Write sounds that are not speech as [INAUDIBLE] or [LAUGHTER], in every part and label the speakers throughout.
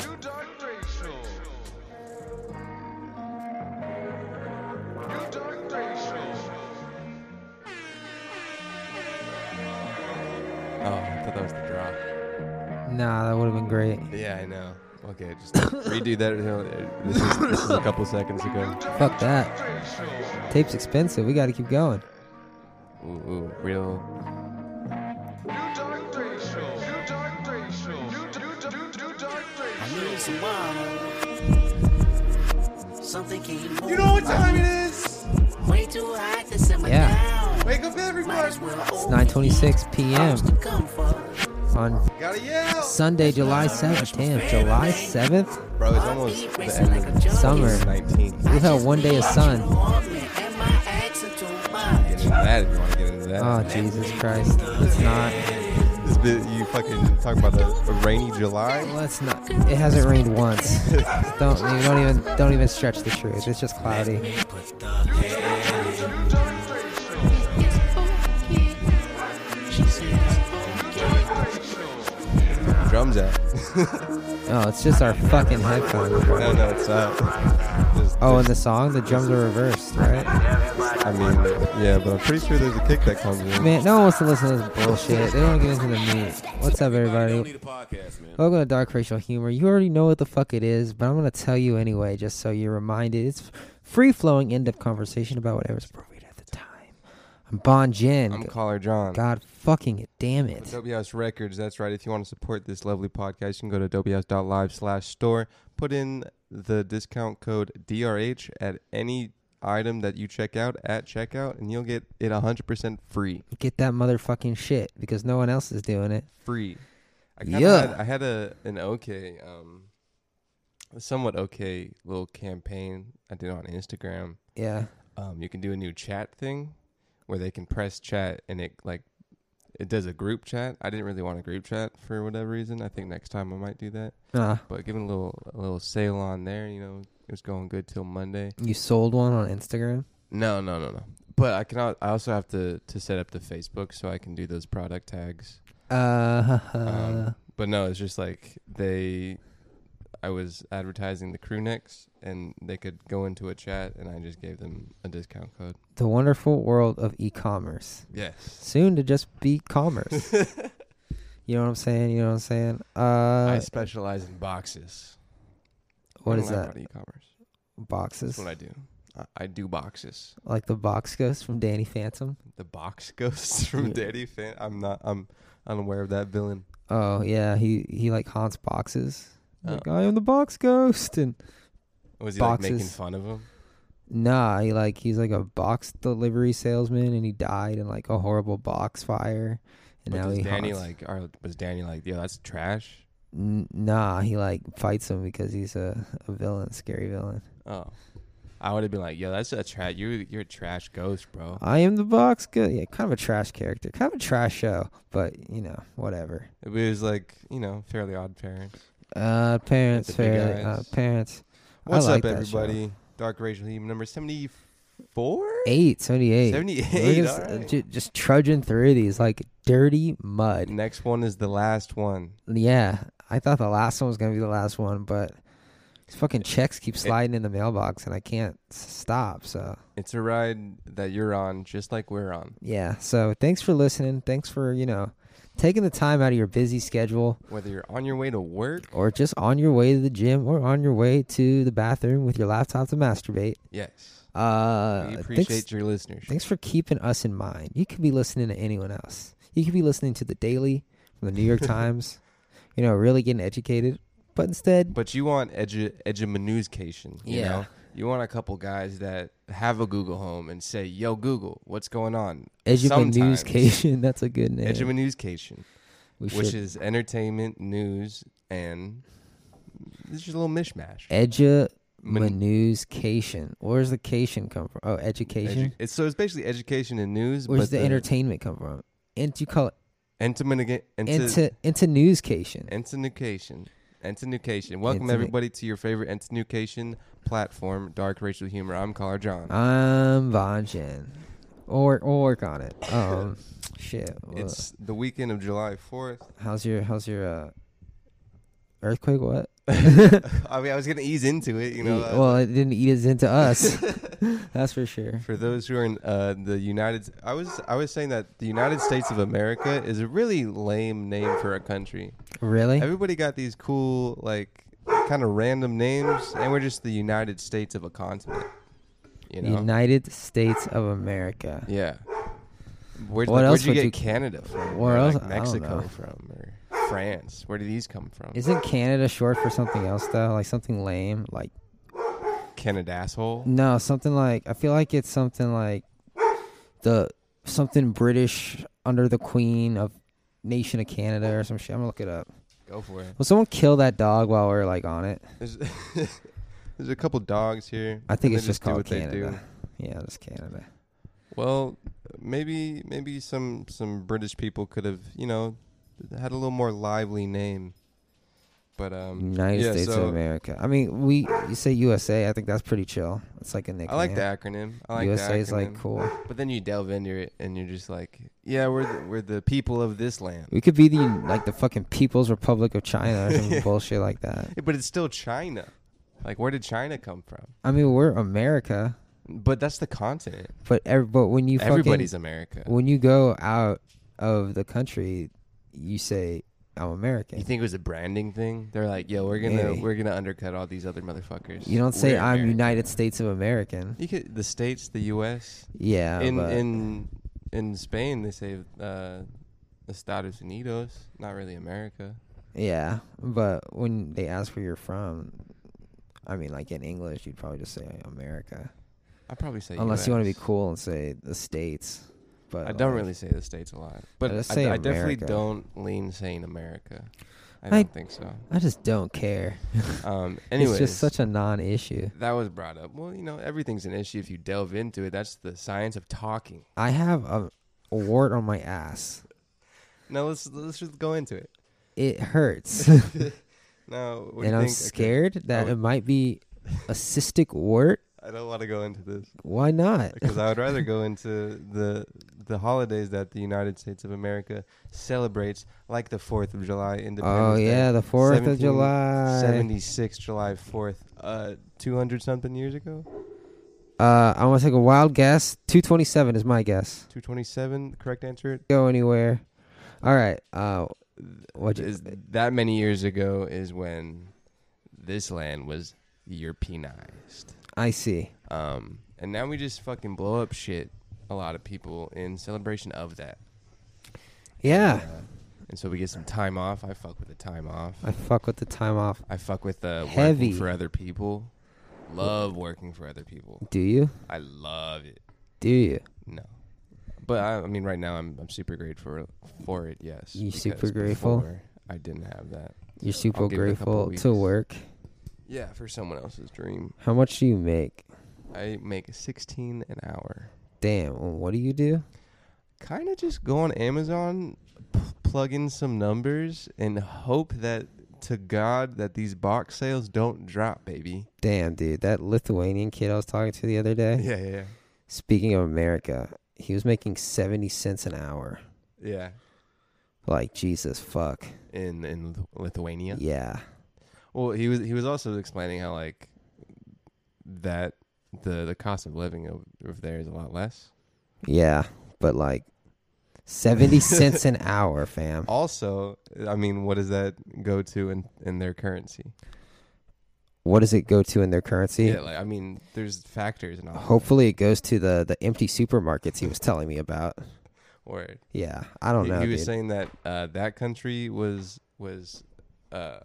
Speaker 1: You dark racial. You dark racial.
Speaker 2: Oh, I thought that was the drop.
Speaker 3: Nah, that would have been great.
Speaker 2: Yeah, I know. Okay, just redo that. you know, uh, This is, this is a couple seconds ago.
Speaker 3: Fuck that. Tape's expensive. We got to keep going.
Speaker 2: Ooh, ooh, real.
Speaker 1: You dark racial. You dark racial. You dark you you dark racial.
Speaker 4: Need some wine. Something came
Speaker 5: You know what time it is?
Speaker 4: Way too hot to simmer
Speaker 3: Yeah.
Speaker 4: down.
Speaker 5: Wake up,
Speaker 4: Might
Speaker 5: everybody.
Speaker 4: as well
Speaker 3: It's 9:26 p.m. on
Speaker 5: Gotta yell.
Speaker 3: Sunday, July 7th. Damn, July 7th.
Speaker 2: Bro, it's almost the end of the
Speaker 3: Summer.
Speaker 2: 19th.
Speaker 3: We've had one day of sun.
Speaker 2: Get into that if you want to get into that.
Speaker 3: Oh Jesus Christ! Let's not.
Speaker 2: This bit, you fucking talking about the, the rainy July?
Speaker 3: Let's not. It hasn't rained once. [LAUGHS] don't you don't even don't even stretch the truth. It's just cloudy.
Speaker 2: Drums [LAUGHS] out.
Speaker 3: Oh, it's just our fucking headphones. bro.
Speaker 2: No, no, it's not. There's-
Speaker 3: Oh, and
Speaker 2: there's-
Speaker 3: the song, the drums are reversed, right?
Speaker 2: I mean, yeah, but I'm pretty sure there's a kick that comes in.
Speaker 3: Man, no one wants to listen to this bullshit. They don't wanna get into the meat. What's up, everybody? Welcome to Dark Racial Humor. You already know what the fuck it is, but I'm gonna tell you anyway, just so you're reminded. It's free flowing, end of conversation about whatever's appropriate at the time. I'm Bon Jin.
Speaker 2: I'm Caller John.
Speaker 3: God fucking it, damn it.
Speaker 2: Adobe House Records. That's right. If you want to support this lovely podcast, you can go to adobehouse.live slash store. Put in the discount code DRH at any item that you check out at checkout, and you'll get it 100% free.
Speaker 3: Get that motherfucking shit because no one else is doing it.
Speaker 2: Free. I kinda
Speaker 3: Yeah.
Speaker 2: Had, I had a an okay, um, a somewhat okay little campaign I did on Instagram.
Speaker 3: Yeah.
Speaker 2: Um, you can do a new chat thing where they can press chat and it like it does a group chat. I didn't really want a group chat for whatever reason. I think next time I might do that.
Speaker 3: Uh,
Speaker 2: But giving a little a little sale on there, you know, it was going good till Monday.
Speaker 3: you sold one on Instagram?
Speaker 2: No, no, no, no. But I can al- I also have to to set up the Facebook so I can do those product tags.
Speaker 3: Uh, [LAUGHS]
Speaker 2: Um, but no, it's just like they I was advertising the crew necks and they could go into a chat and I just gave them a discount code.
Speaker 3: the wonderful world of e-commerce.
Speaker 2: Yes. [LAUGHS]
Speaker 3: Soon to just be commerce. you know what I'm saying? You know what I'm saying?
Speaker 2: I
Speaker 3: Uh,
Speaker 2: specialize in boxes.
Speaker 3: what
Speaker 2: I
Speaker 3: is
Speaker 2: don't know
Speaker 3: that?
Speaker 2: about E-commerce.
Speaker 3: Boxes?
Speaker 2: That's what I do. I, I do boxes.
Speaker 3: Like the box ghost from Danny Phantom?
Speaker 2: The box [LAUGHS] ghosts from
Speaker 3: Yeah.
Speaker 2: Daddy Fan. I'm not. I'm unaware of that villain.
Speaker 3: Oh yeah, he he like haunts boxes.
Speaker 2: Oh.
Speaker 3: Like I am the box ghost, and
Speaker 2: Was he like making
Speaker 3: Boxes.
Speaker 2: fun of him?
Speaker 3: nah, he like he's like a box delivery salesman, and he died in like a horrible box fire, and
Speaker 2: But
Speaker 3: now
Speaker 2: does
Speaker 3: he
Speaker 2: Danny
Speaker 3: haunts.
Speaker 2: like? Or was Danny like? Yo, that's trash.
Speaker 3: N- nah, he like fights him because he's a, a villain, scary villain.
Speaker 2: Oh, I would have been like, yo, that's a trash. You you're a trash ghost, bro.
Speaker 3: I am the box ghost. Yeah, kind of a trash character, kind of a trash show, but you know, whatever.
Speaker 2: It was like you know, Fairly Odd Parents.
Speaker 3: Uh, parents,
Speaker 2: With the big
Speaker 3: fairly, uh,
Speaker 2: eyes.
Speaker 3: parents. I
Speaker 2: What's
Speaker 3: like
Speaker 2: up,
Speaker 3: that show.
Speaker 2: everybody? Dark racial humor number seventy four.
Speaker 3: Eight seventy eight.
Speaker 2: Seventy
Speaker 3: We're
Speaker 2: eight.
Speaker 3: just, uh, ju- just trudging through these like dirty mud.
Speaker 2: Next one is the last one.
Speaker 3: Yeah, I thought the last one was gonna be the last one, but these fucking checks keep sliding in the mailbox, and I can't s- stop. So
Speaker 2: It's a ride that you're on, just like we're on.
Speaker 3: yeah. So thanks for listening. Thanks for you know taking the time out of your busy schedule,
Speaker 2: Whether you're on your way to work,
Speaker 3: or just on your way to the gym, or on your way to the bathroom with your laptop to masturbate.
Speaker 2: yes,
Speaker 3: Uh,
Speaker 2: we
Speaker 3: thanks-
Speaker 2: appreciate your listeners.
Speaker 3: Thanks for keeping us in mind. You could be listening to anyone else. You could be listening to the Daily from the
Speaker 2: [LAUGHS]
Speaker 3: New York Times, you know, really getting educated. But instead,
Speaker 2: But you want edu- edumanuscation, you
Speaker 3: Yeah.
Speaker 2: know? You want a couple guys that have a Google Home and say, yo, Google, what's going on? Sometimes.
Speaker 3: education, [LAUGHS] that's a good name.
Speaker 2: Edumanuscation,
Speaker 3: we should.
Speaker 2: which is entertainment, news, and it's just a little mishmash.
Speaker 3: edumanuscation. Where's the cation come from? Oh, education.
Speaker 2: Edu- it's, so it's basically education and news, but
Speaker 3: Where's the, entertainment come from? And you call it
Speaker 2: entertainment
Speaker 3: into into newscation.
Speaker 2: Entinucation. Entinucation. Welcome
Speaker 3: Entinu-
Speaker 2: everybody to your favorite Entinucation platform, Dark Racial Humor. I'm Caller John.
Speaker 3: I'm Vanchin. Or or work
Speaker 2: [LAUGHS]
Speaker 3: on it. Um shit. It's,
Speaker 2: it's the weekend of July 4th.
Speaker 3: how's your how's your uh earthquake what?
Speaker 2: I mean, I was gonna ease into it, you know.
Speaker 3: Eat-
Speaker 2: uh,
Speaker 3: well, it didn't eat its
Speaker 2: [LAUGHS]
Speaker 3: into us. [LAUGHS] That's for sure.
Speaker 2: for those who are in uh, the United, I was I was saying that the United States of America is a really lame name for a country.
Speaker 3: Really?
Speaker 2: Everybody got these cool, like, kind of random names, and we're just the United States of a continent. You know?
Speaker 3: United States of America.
Speaker 2: yeah. Where'd,
Speaker 3: What
Speaker 2: like,
Speaker 3: else
Speaker 2: where'd you
Speaker 3: would
Speaker 2: get
Speaker 3: you-
Speaker 2: Canada from?
Speaker 3: Where
Speaker 2: or,
Speaker 3: else-
Speaker 2: Like
Speaker 3: I don't
Speaker 2: Mexico
Speaker 3: know.
Speaker 2: from or France? Where do these come from?
Speaker 3: Isn't Canada short for something else though? Like something lame? Like
Speaker 2: Canada asshole.
Speaker 3: no, something like I feel like it's something like the something British under the Queen of Nation of Canada or some shit. I'm gonna look it up.
Speaker 2: Go for it.
Speaker 3: Will someone kill that dog while we're like on it?
Speaker 2: There's, [LAUGHS] there's a couple dogs here.
Speaker 3: I think
Speaker 2: and
Speaker 3: it's
Speaker 2: they
Speaker 3: just
Speaker 2: do
Speaker 3: called
Speaker 2: what they do.
Speaker 3: Canada. Yeah, just Canada.
Speaker 2: Well, maybe maybe some some British people could have you know had a little more lively name, but um,
Speaker 3: United
Speaker 2: yeah,
Speaker 3: States
Speaker 2: so
Speaker 3: of America. I mean, we you say USA. I think that's pretty chill. It's like a nickname.
Speaker 2: I like the acronym. I like
Speaker 3: USA
Speaker 2: the
Speaker 3: is like
Speaker 2: acronym.
Speaker 3: cool.
Speaker 2: But then you delve into it and you're just like, yeah, we're the, we're the people of this land.
Speaker 3: We could be the like the fucking People's Republic of China
Speaker 2: [LAUGHS]
Speaker 3: or some bullshit like that.
Speaker 2: But it's still China. Like, where did China come from?
Speaker 3: I mean, we're America,
Speaker 2: But that's the continent.
Speaker 3: but every, but when you fucking
Speaker 2: Everybody's America.
Speaker 3: when you go out of the country, you say I'm American.
Speaker 2: You
Speaker 3: You,
Speaker 2: think it was a branding thing? They're like, yo, we're gonna
Speaker 3: Maybe.
Speaker 2: we're gonna undercut all these other motherfuckers.
Speaker 3: don't say
Speaker 2: We're
Speaker 3: I'm
Speaker 2: American."
Speaker 3: United States of American.
Speaker 2: You could the states, the U.S.
Speaker 3: Yeah,
Speaker 2: in
Speaker 3: but
Speaker 2: in in Spain they say uh, Estados Unidos, not really America.
Speaker 3: yeah, but when they ask where you're from, I mean, like in English, you'd probably just say America,
Speaker 2: I probably say
Speaker 3: unless you want to be
Speaker 2: US.
Speaker 3: cool and say the states. But
Speaker 2: I don't
Speaker 3: like,
Speaker 2: really say the states a lot, but I,
Speaker 3: just say
Speaker 2: I definitely
Speaker 3: America.
Speaker 2: don't lean saying America. I
Speaker 3: I-
Speaker 2: don't think so.
Speaker 3: I just don't care.
Speaker 2: Um, anyways,
Speaker 3: [LAUGHS] it's just such a non-issue.
Speaker 2: that was brought up. Well, you know, everything's an issue if you delve into it. That's the science of talking.
Speaker 3: I have a, a wart on my ass.
Speaker 2: Now let's let's just go into it.
Speaker 3: It
Speaker 2: [LAUGHS]
Speaker 3: hurts,
Speaker 2: Now, what do
Speaker 3: and
Speaker 2: you
Speaker 3: I'm
Speaker 2: think? Okay,
Speaker 3: scared that
Speaker 2: Oh.
Speaker 3: it might be a cystic wart.
Speaker 2: I don't want to go into this.
Speaker 3: Why not?
Speaker 2: because I would rather go into the the holidays that the United States of America celebrates, like the Fourth of July,
Speaker 3: [LAUGHS] Oh
Speaker 2: Independence Day.
Speaker 3: yeah, the Fourth of
Speaker 2: 17
Speaker 3: July.
Speaker 2: Seventy-six, July fourth, uh, two hundred something years ago,
Speaker 3: Uh, I want to take a wild guess. Two twenty-seven is my guess.
Speaker 2: two twenty-seven. Correct answer
Speaker 3: Go anywhere. All right. Uh, what you,
Speaker 2: is that many years ago is when this land was Europeanized.
Speaker 3: I see.
Speaker 2: Um, and now we just fucking blow up shit. A lot of people in celebration of that,
Speaker 3: Yeah,
Speaker 2: and so we get some time off. I fuck with the time off.
Speaker 3: I fuck with the time off.
Speaker 2: I fuck with uh,
Speaker 3: Heavy.
Speaker 2: working for other people. Love working for other people.
Speaker 3: Do you?
Speaker 2: I love it.
Speaker 3: Do you?
Speaker 2: No, but I, I mean, right now I'm I'm super grateful for it. Yes,
Speaker 3: You
Speaker 2: because
Speaker 3: super grateful?
Speaker 2: before I didn't have that.
Speaker 3: You're super
Speaker 2: I'll give it a couple
Speaker 3: grateful to
Speaker 2: weeks.
Speaker 3: work.
Speaker 2: Yeah, for someone else's dream.
Speaker 3: How much do you make?
Speaker 2: I make 16 an hour.
Speaker 3: Damn. What do you do?
Speaker 2: Kind of just go on Amazon, p- plug in some numbers, and hope that to God that these box sales don't drop, baby.
Speaker 3: Damn, dude, that Lithuanian kid I was talking to the other day.
Speaker 2: [LAUGHS] Yeah, yeah,
Speaker 3: Speaking of America, he was making seventy cents an hour.
Speaker 2: yeah.
Speaker 3: Like Jesus, fuck.
Speaker 2: yeah. In in Lith- Lithuania.
Speaker 3: Yeah.
Speaker 2: Well, he was he was also explaining how like that the the cost of living over, over there is a lot less.
Speaker 3: Yeah, but like
Speaker 2: [LAUGHS]
Speaker 3: seventy cents an hour, fam.
Speaker 2: Also, I mean, what does that go to in in their currency?
Speaker 3: What does it go to in their currency?
Speaker 2: Yeah, like I mean, there's factors and all.
Speaker 3: Hopefully, it goes to the the empty supermarkets he was telling me about.
Speaker 2: Or
Speaker 3: Yeah, I don't
Speaker 2: he,
Speaker 3: know,
Speaker 2: he was
Speaker 3: Oh, dude.
Speaker 2: saying that uh, that country was was uh,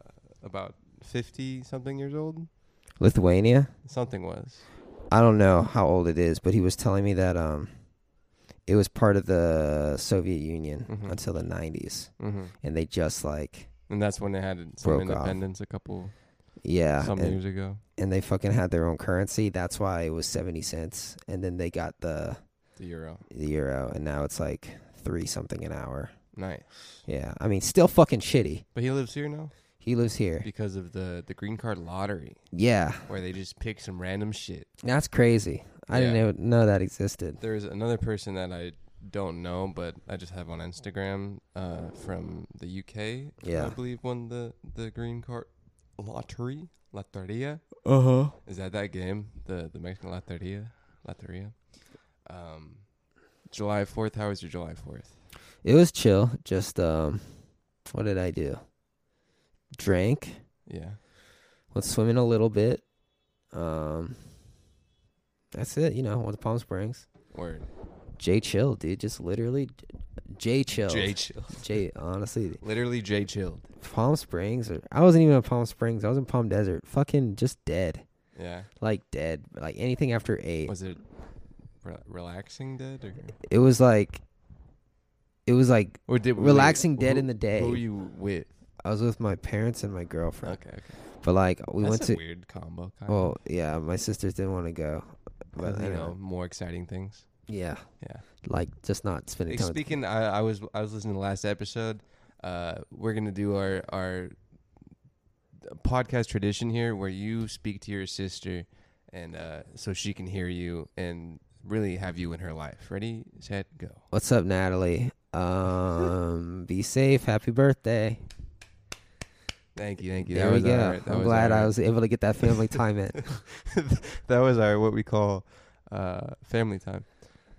Speaker 2: about fifty something years old.
Speaker 3: Lithuania.
Speaker 2: Something was.
Speaker 3: I don't know how old it is, but he was telling me that um, it was part of the Soviet Union
Speaker 2: Mhm.
Speaker 3: until the nineties,
Speaker 2: Mm-hmm.
Speaker 3: and they just like
Speaker 2: And that's when they had some
Speaker 3: Broke off.
Speaker 2: independence a couple
Speaker 3: yeah,
Speaker 2: some
Speaker 3: and-
Speaker 2: years ago.
Speaker 3: and they fucking had their own currency. That's why it was seventy cents, and then they got the
Speaker 2: The euro.
Speaker 3: the euro, and now it's like three something an hour.
Speaker 2: Nice.
Speaker 3: Yeah, I mean, still fucking shitty.
Speaker 2: But he lives here now.
Speaker 3: He lives here.
Speaker 2: because of the the green card lottery
Speaker 3: Yeah,
Speaker 2: where they just pick some random shit.
Speaker 3: that's crazy.
Speaker 2: Yeah.
Speaker 3: I didn't even know that existed.
Speaker 2: There's another person that I don't know, but I just have on Instagram uh, from the UK.
Speaker 3: Yeah.
Speaker 2: I believe won the the green card lottery. Lotteria
Speaker 3: Uh huh.
Speaker 2: is that that game? The the Mexican Lotteria. Lotteria. Um, July Fourth. How was your July Fourth?
Speaker 3: It was chill. Just um, what did I do? Drank.
Speaker 2: Yeah.
Speaker 3: Went swimming a little bit. Um, that's it. You know, went to Palm Springs.
Speaker 2: Word.
Speaker 3: Jay chill, dude. Just literally, j- Jay chill.
Speaker 2: J chilled.
Speaker 3: Jay, honestly,
Speaker 2: Literally J chilled.
Speaker 3: Palm Springs. Or, I wasn't even in Palm Springs. I was in Palm Desert. Fucking just dead.
Speaker 2: Yeah.
Speaker 3: Like dead. Like anything after eight.
Speaker 2: Was it re- relaxing dead or,
Speaker 3: It was like, it was like
Speaker 2: or did
Speaker 3: relaxing dead
Speaker 2: who-
Speaker 3: in the day.
Speaker 2: Who were you with?
Speaker 3: I was with my parents and my girlfriend.
Speaker 2: Okay. okay.
Speaker 3: But like we
Speaker 2: That's
Speaker 3: went
Speaker 2: a
Speaker 3: to.
Speaker 2: weird combo. Kind of.
Speaker 3: Well, yeah, my sisters didn't want to go. But
Speaker 2: But
Speaker 3: I
Speaker 2: you
Speaker 3: know.
Speaker 2: know, more exciting things.
Speaker 3: Yeah,
Speaker 2: Yeah.
Speaker 3: like just not spending
Speaker 2: Hey,
Speaker 3: time. with-
Speaker 2: speaking, I, I was I was listening to last episode. Uh, we're gonna do our our podcast tradition here, where you speak to your sister, and uh, so she can hear you and really have you in her life. Ready, set, go.
Speaker 3: What's up, Natalie? Um, be safe. Happy birthday.
Speaker 2: Thank you, thank you.
Speaker 3: There
Speaker 2: that
Speaker 3: we
Speaker 2: was
Speaker 3: go.
Speaker 2: our- that
Speaker 3: I'm
Speaker 2: was
Speaker 3: glad I
Speaker 2: our-
Speaker 3: was able to get that family time in.
Speaker 2: [LAUGHS] that was our what we call uh, family time.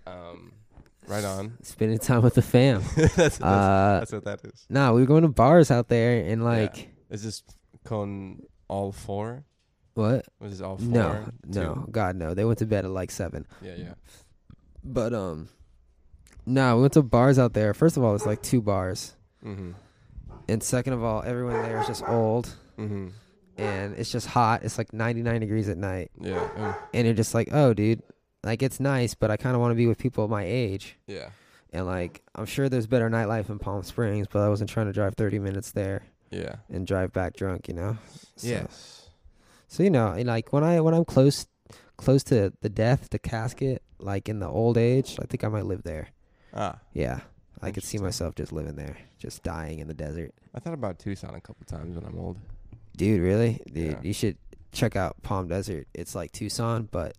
Speaker 2: Um, [LAUGHS] right on.
Speaker 3: Spending time with the fam.
Speaker 2: that's, that's,
Speaker 3: Uh,
Speaker 2: that's what that is.
Speaker 3: nah, we were going to bars out there and like
Speaker 2: Is this con all four?
Speaker 3: what?
Speaker 2: Was this all four?
Speaker 3: No,
Speaker 2: Two?
Speaker 3: no, God, no. They went to bed at like seven.
Speaker 2: Yeah, yeah.
Speaker 3: But um, nah, we went to bars out there. First of all, it's like two bars,
Speaker 2: Mm-hmm.
Speaker 3: and second of all, everyone there is just old.
Speaker 2: Mm-hmm.
Speaker 3: And it's just hot. It's like 99 degrees at night.
Speaker 2: Yeah. Oh,
Speaker 3: And you're just like, oh, dude, like it's nice, but I kind of want to be with people my age.
Speaker 2: yeah.
Speaker 3: And like, I'm sure there's better nightlife in Palm Springs, but I wasn't trying to drive 30 minutes there
Speaker 2: Yeah.
Speaker 3: and drive back drunk, you know. So,
Speaker 2: Yes.
Speaker 3: So you know, and, like when I when I'm close close to the death, the casket, like in the old age, I think I might live there.
Speaker 2: Ah,
Speaker 3: Yeah, I could see
Speaker 2: Interesting.
Speaker 3: myself just living there, just dying in the desert.
Speaker 2: I thought about Tucson a couple times when I'm old.
Speaker 3: Dude, really? Dude,
Speaker 2: Yeah.
Speaker 3: you should check out Palm Desert. It's like Tucson, but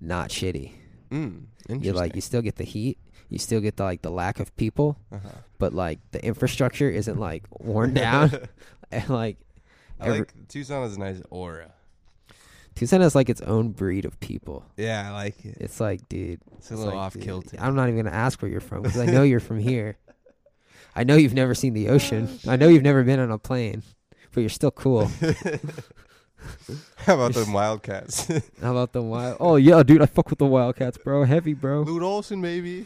Speaker 3: not shitty.
Speaker 2: Mm. Interesting.
Speaker 3: You like you still get the heat, you still get the, like the lack of people,
Speaker 2: Uh-huh. [LAUGHS]
Speaker 3: but like the infrastructure isn't like worn down [LAUGHS] and like
Speaker 2: [LAUGHS] I
Speaker 3: every-
Speaker 2: like Tucson has a nice aura.
Speaker 3: Tucson has like its own breed of people.
Speaker 2: Yeah, I like it.
Speaker 3: It's like, dude,
Speaker 2: It's a little
Speaker 3: like,
Speaker 2: off
Speaker 3: dude, [LAUGHS]
Speaker 2: kilter.
Speaker 3: I'm not even gonna ask where you're from because I know you're from here. I know you've never seen the ocean. I know you've never been on a plane, but you're still cool.
Speaker 2: How about the Wildcats? [LAUGHS]
Speaker 3: How about the wild? Oh yeah, dude, I fuck with the Wildcats, bro. Heavy, bro.
Speaker 2: Lute Olson, maybe.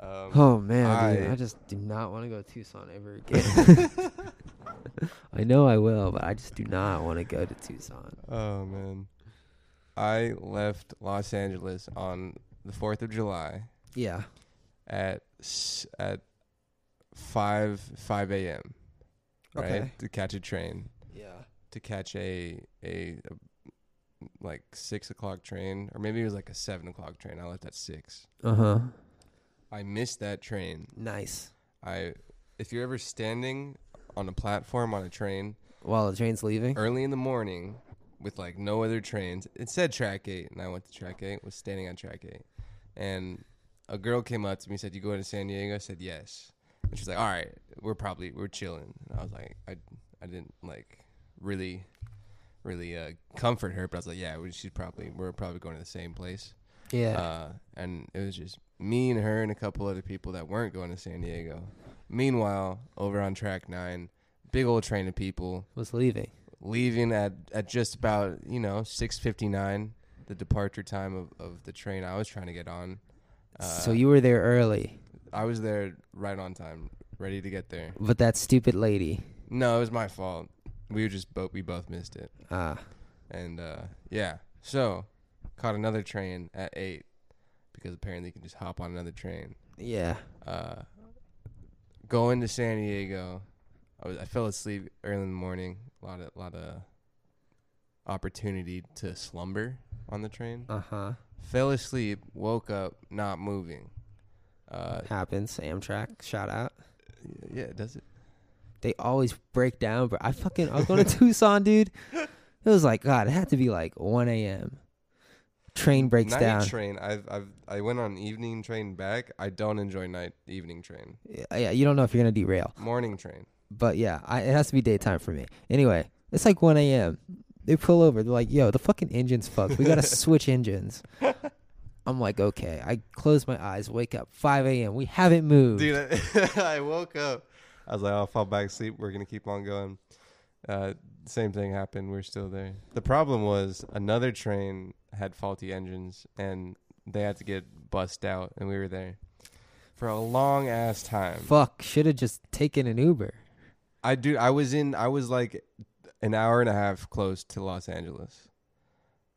Speaker 2: Um,
Speaker 3: Oh man, dude,
Speaker 2: I-
Speaker 3: I just do not want to go to Tucson ever again. I know I will, but I just do not want to go to Tucson.
Speaker 2: Oh man, I left Los Angeles on the Fourth of July
Speaker 3: Yeah,
Speaker 2: at s- at five five a.m. Right
Speaker 3: Okay.
Speaker 2: to catch a train
Speaker 3: yeah.
Speaker 2: to catch a a, a like six o'clock train or maybe it was like a seven o'clock train. I left at six.
Speaker 3: Uh huh.
Speaker 2: I missed that train.
Speaker 3: Nice.
Speaker 2: I if you're ever standing on a platform on a train
Speaker 3: While the train's leaving.
Speaker 2: early in the morning with like no other trains. It said track eight, and I went to track eight. Was standing on track eight, and a girl came up to me said, "You going to San Diego?" I said, "Yes." And she's like, "All right, we're probably we're chilling." And I was like, I I didn't like really really uh, comfort her, but I was like, "Yeah, we, she's probably we're probably going to the same place."
Speaker 3: Yeah.
Speaker 2: Uh, and it was just me and her and a couple other people that weren't going to San Diego. Meanwhile, over on track nine, big old train of people
Speaker 3: was leaving.
Speaker 2: leaving at, at just about you know 6.59 the departure time of, of the train i was trying to get on Uh,
Speaker 3: so you were there early,
Speaker 2: i was there right on time ready to get there
Speaker 3: but that stupid lady.
Speaker 2: no it was my fault we were just both we both missed it
Speaker 3: Ah.
Speaker 2: and uh, yeah so caught another train at 8 because apparently you can just hop on another train
Speaker 3: Yeah.
Speaker 2: uh, going to san diego I, was, I fell asleep early in the morning a lot of, lot of opportunity to slumber on the train
Speaker 3: Uh huh.
Speaker 2: fell asleep, woke up, not moving. Uh,
Speaker 3: Happens. Amtrak. Shout out.
Speaker 2: yeah, does it?
Speaker 3: they always break down. But I fucking I was
Speaker 2: [LAUGHS]
Speaker 3: going to Tucson, dude. It was like God, it had to be like 1 a.m. Train breaks
Speaker 2: night
Speaker 3: down.
Speaker 2: train. I've I've I went on evening train back. I don't enjoy night evening train.
Speaker 3: Yeah, yeah, you don't know if you're gonna derail.
Speaker 2: Morning train.
Speaker 3: But yeah, I, it has to be daytime for me. Anyway, it's like 1 a.m. They pull over. They're like, yo, the fucking engine's
Speaker 2: [LAUGHS]
Speaker 3: fucked. We got to switch engines. I'm like, okay. I close my eyes, wake up, 5 a.m. We haven't moved.
Speaker 2: Dude, [LAUGHS] I, I woke up. I was like, I'll fall back asleep. We're gonna keep on going. Uh, same thing happened. We're still there. The problem was another train had faulty engines, and they had to get bussed out, and we were there for a long ass time.
Speaker 3: Fuck, should have just taken an Uber.
Speaker 2: I do. I was in. I was like an hour and a half close to Los Angeles.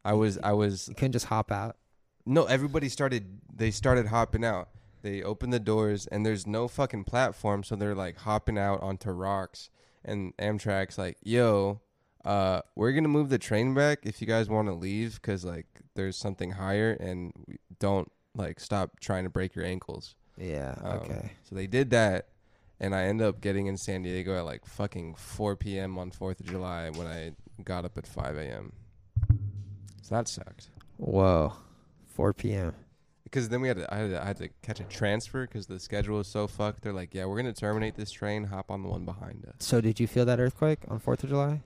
Speaker 2: I was. I was
Speaker 3: You couldn't just hop out.
Speaker 2: No, everybody started. They started hopping out. They opened the doors, and there's no fucking platform, so they're like hopping out onto rocks. And Amtrak's like, "Yo, uh, we're gonna move the train back if you guys want to leave, because like there's something higher, and we don't like stop trying to break your ankles."
Speaker 3: Yeah,
Speaker 2: Um,
Speaker 3: okay.
Speaker 2: So they did that, and I ended up getting in San Diego at like fucking 4 p.m. on Fourth of July when I got up at 5 a.m. So that sucked
Speaker 3: Whoa, 4 p.m.
Speaker 2: because then we had to, I had to, I had to catch a transfer because the schedule is so fucked. They're like, yeah, we're gonna terminate this train. Hop on the one behind us.
Speaker 3: So did you feel that earthquake on 4th of July?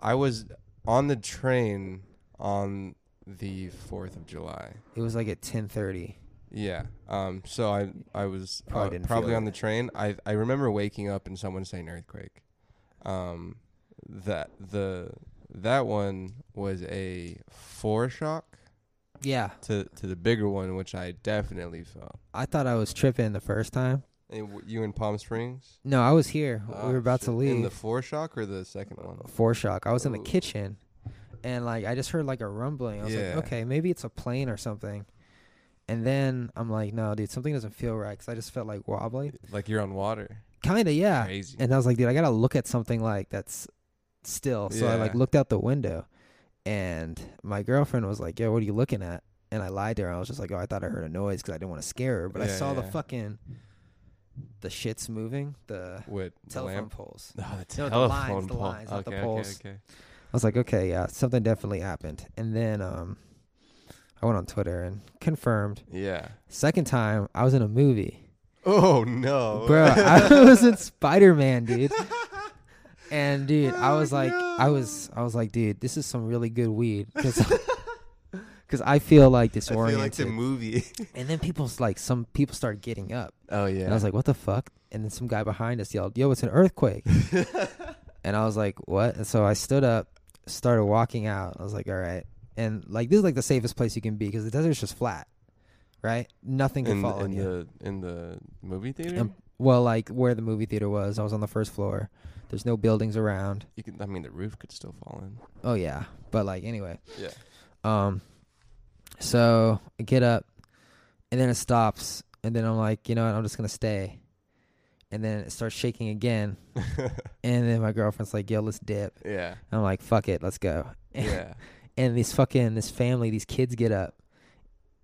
Speaker 2: I was on the train on the fourth of July.
Speaker 3: It was like at 10:30.
Speaker 2: Yeah. Um. So I I was uh, probably,
Speaker 3: Probably didn't feel
Speaker 2: on
Speaker 3: it.
Speaker 2: the train. I I remember waking up and someone saying earthquake. Um, that the that one was a foreshock
Speaker 3: Yeah,
Speaker 2: to to the bigger one, which I definitely felt.
Speaker 3: I thought I was tripping the first time.
Speaker 2: And w- you in Palm Springs?
Speaker 3: No, I was here. we
Speaker 2: Oh,
Speaker 3: were about to
Speaker 2: shit.
Speaker 3: leave.
Speaker 2: In the Oh. foreshock or the second one?
Speaker 3: foreshock. I was in the
Speaker 2: Ooh.
Speaker 3: kitchen, and like I just heard like a rumbling. I was
Speaker 2: Yeah.
Speaker 3: like, okay, maybe it's a plane or something. And then I'm like, no, dude, something doesn't feel right because I just felt like wobbly.
Speaker 2: Like you're on water.
Speaker 3: Kinda, yeah.
Speaker 2: Crazy.
Speaker 3: Ah, And I was like, dude, I gotta look at something like that's still. So I like
Speaker 2: Yeah.
Speaker 3: looked out the window, and my girlfriend was like, yo, what are you looking at? And I lied to her. I was just like, oh, I thought I heard a noise because I didn't want to scare her, but I
Speaker 2: Yeah,
Speaker 3: saw the
Speaker 2: yeah.
Speaker 3: fucking the shits moving, the
Speaker 2: With the
Speaker 3: telephone
Speaker 2: lamp. [LAUGHS]
Speaker 3: poles.
Speaker 2: No, the
Speaker 3: No,
Speaker 2: telephone
Speaker 3: the lines, the
Speaker 2: pole.
Speaker 3: lines, not the
Speaker 2: okay,
Speaker 3: poles.
Speaker 2: Okay, okay.
Speaker 3: I was like, okay, yeah, something definitely happened. And then um, I went on Twitter and confirmed.
Speaker 2: Yeah.
Speaker 3: Second time, I was in a movie.
Speaker 2: Oh no,
Speaker 3: [LAUGHS] Bro, I was in Spider Man, dude. And dude, I was like, I was, I was like, dude, this is some really good weed because, [LAUGHS] I feel like
Speaker 2: I
Speaker 3: disoriented.
Speaker 2: feel like the movie.
Speaker 3: and then people's like, some people started getting up,
Speaker 2: [LAUGHS] oh yeah.
Speaker 3: and I was like, what the fuck? And then some guy behind us yelled, yo, it's an earthquake. [LAUGHS] and I was like, what? And so I stood up, started walking out. I was like, all right. And like, this is like the safest place you can be because the desert's just flat, right? Nothing can
Speaker 2: in,
Speaker 3: fall on
Speaker 2: in
Speaker 3: you.
Speaker 2: the in the movie theater.
Speaker 3: And, Um, well, like where the movie theater was, I was on the first floor. There's no buildings around.
Speaker 2: you could, I mean, the roof could still fall in.
Speaker 3: Oh yeah, but like anyway,
Speaker 2: Yeah.
Speaker 3: um, so I get up, and then it stops, and then I'm like, you know what? I'm just gonna stay, and then it starts shaking again, and then my girlfriend's like, yo, let's dip.
Speaker 2: [LAUGHS] yeah.
Speaker 3: [LAUGHS] I'm like, fuck it, let's go. [LAUGHS]
Speaker 2: Yeah.
Speaker 3: and this fucking this family, these kids get up,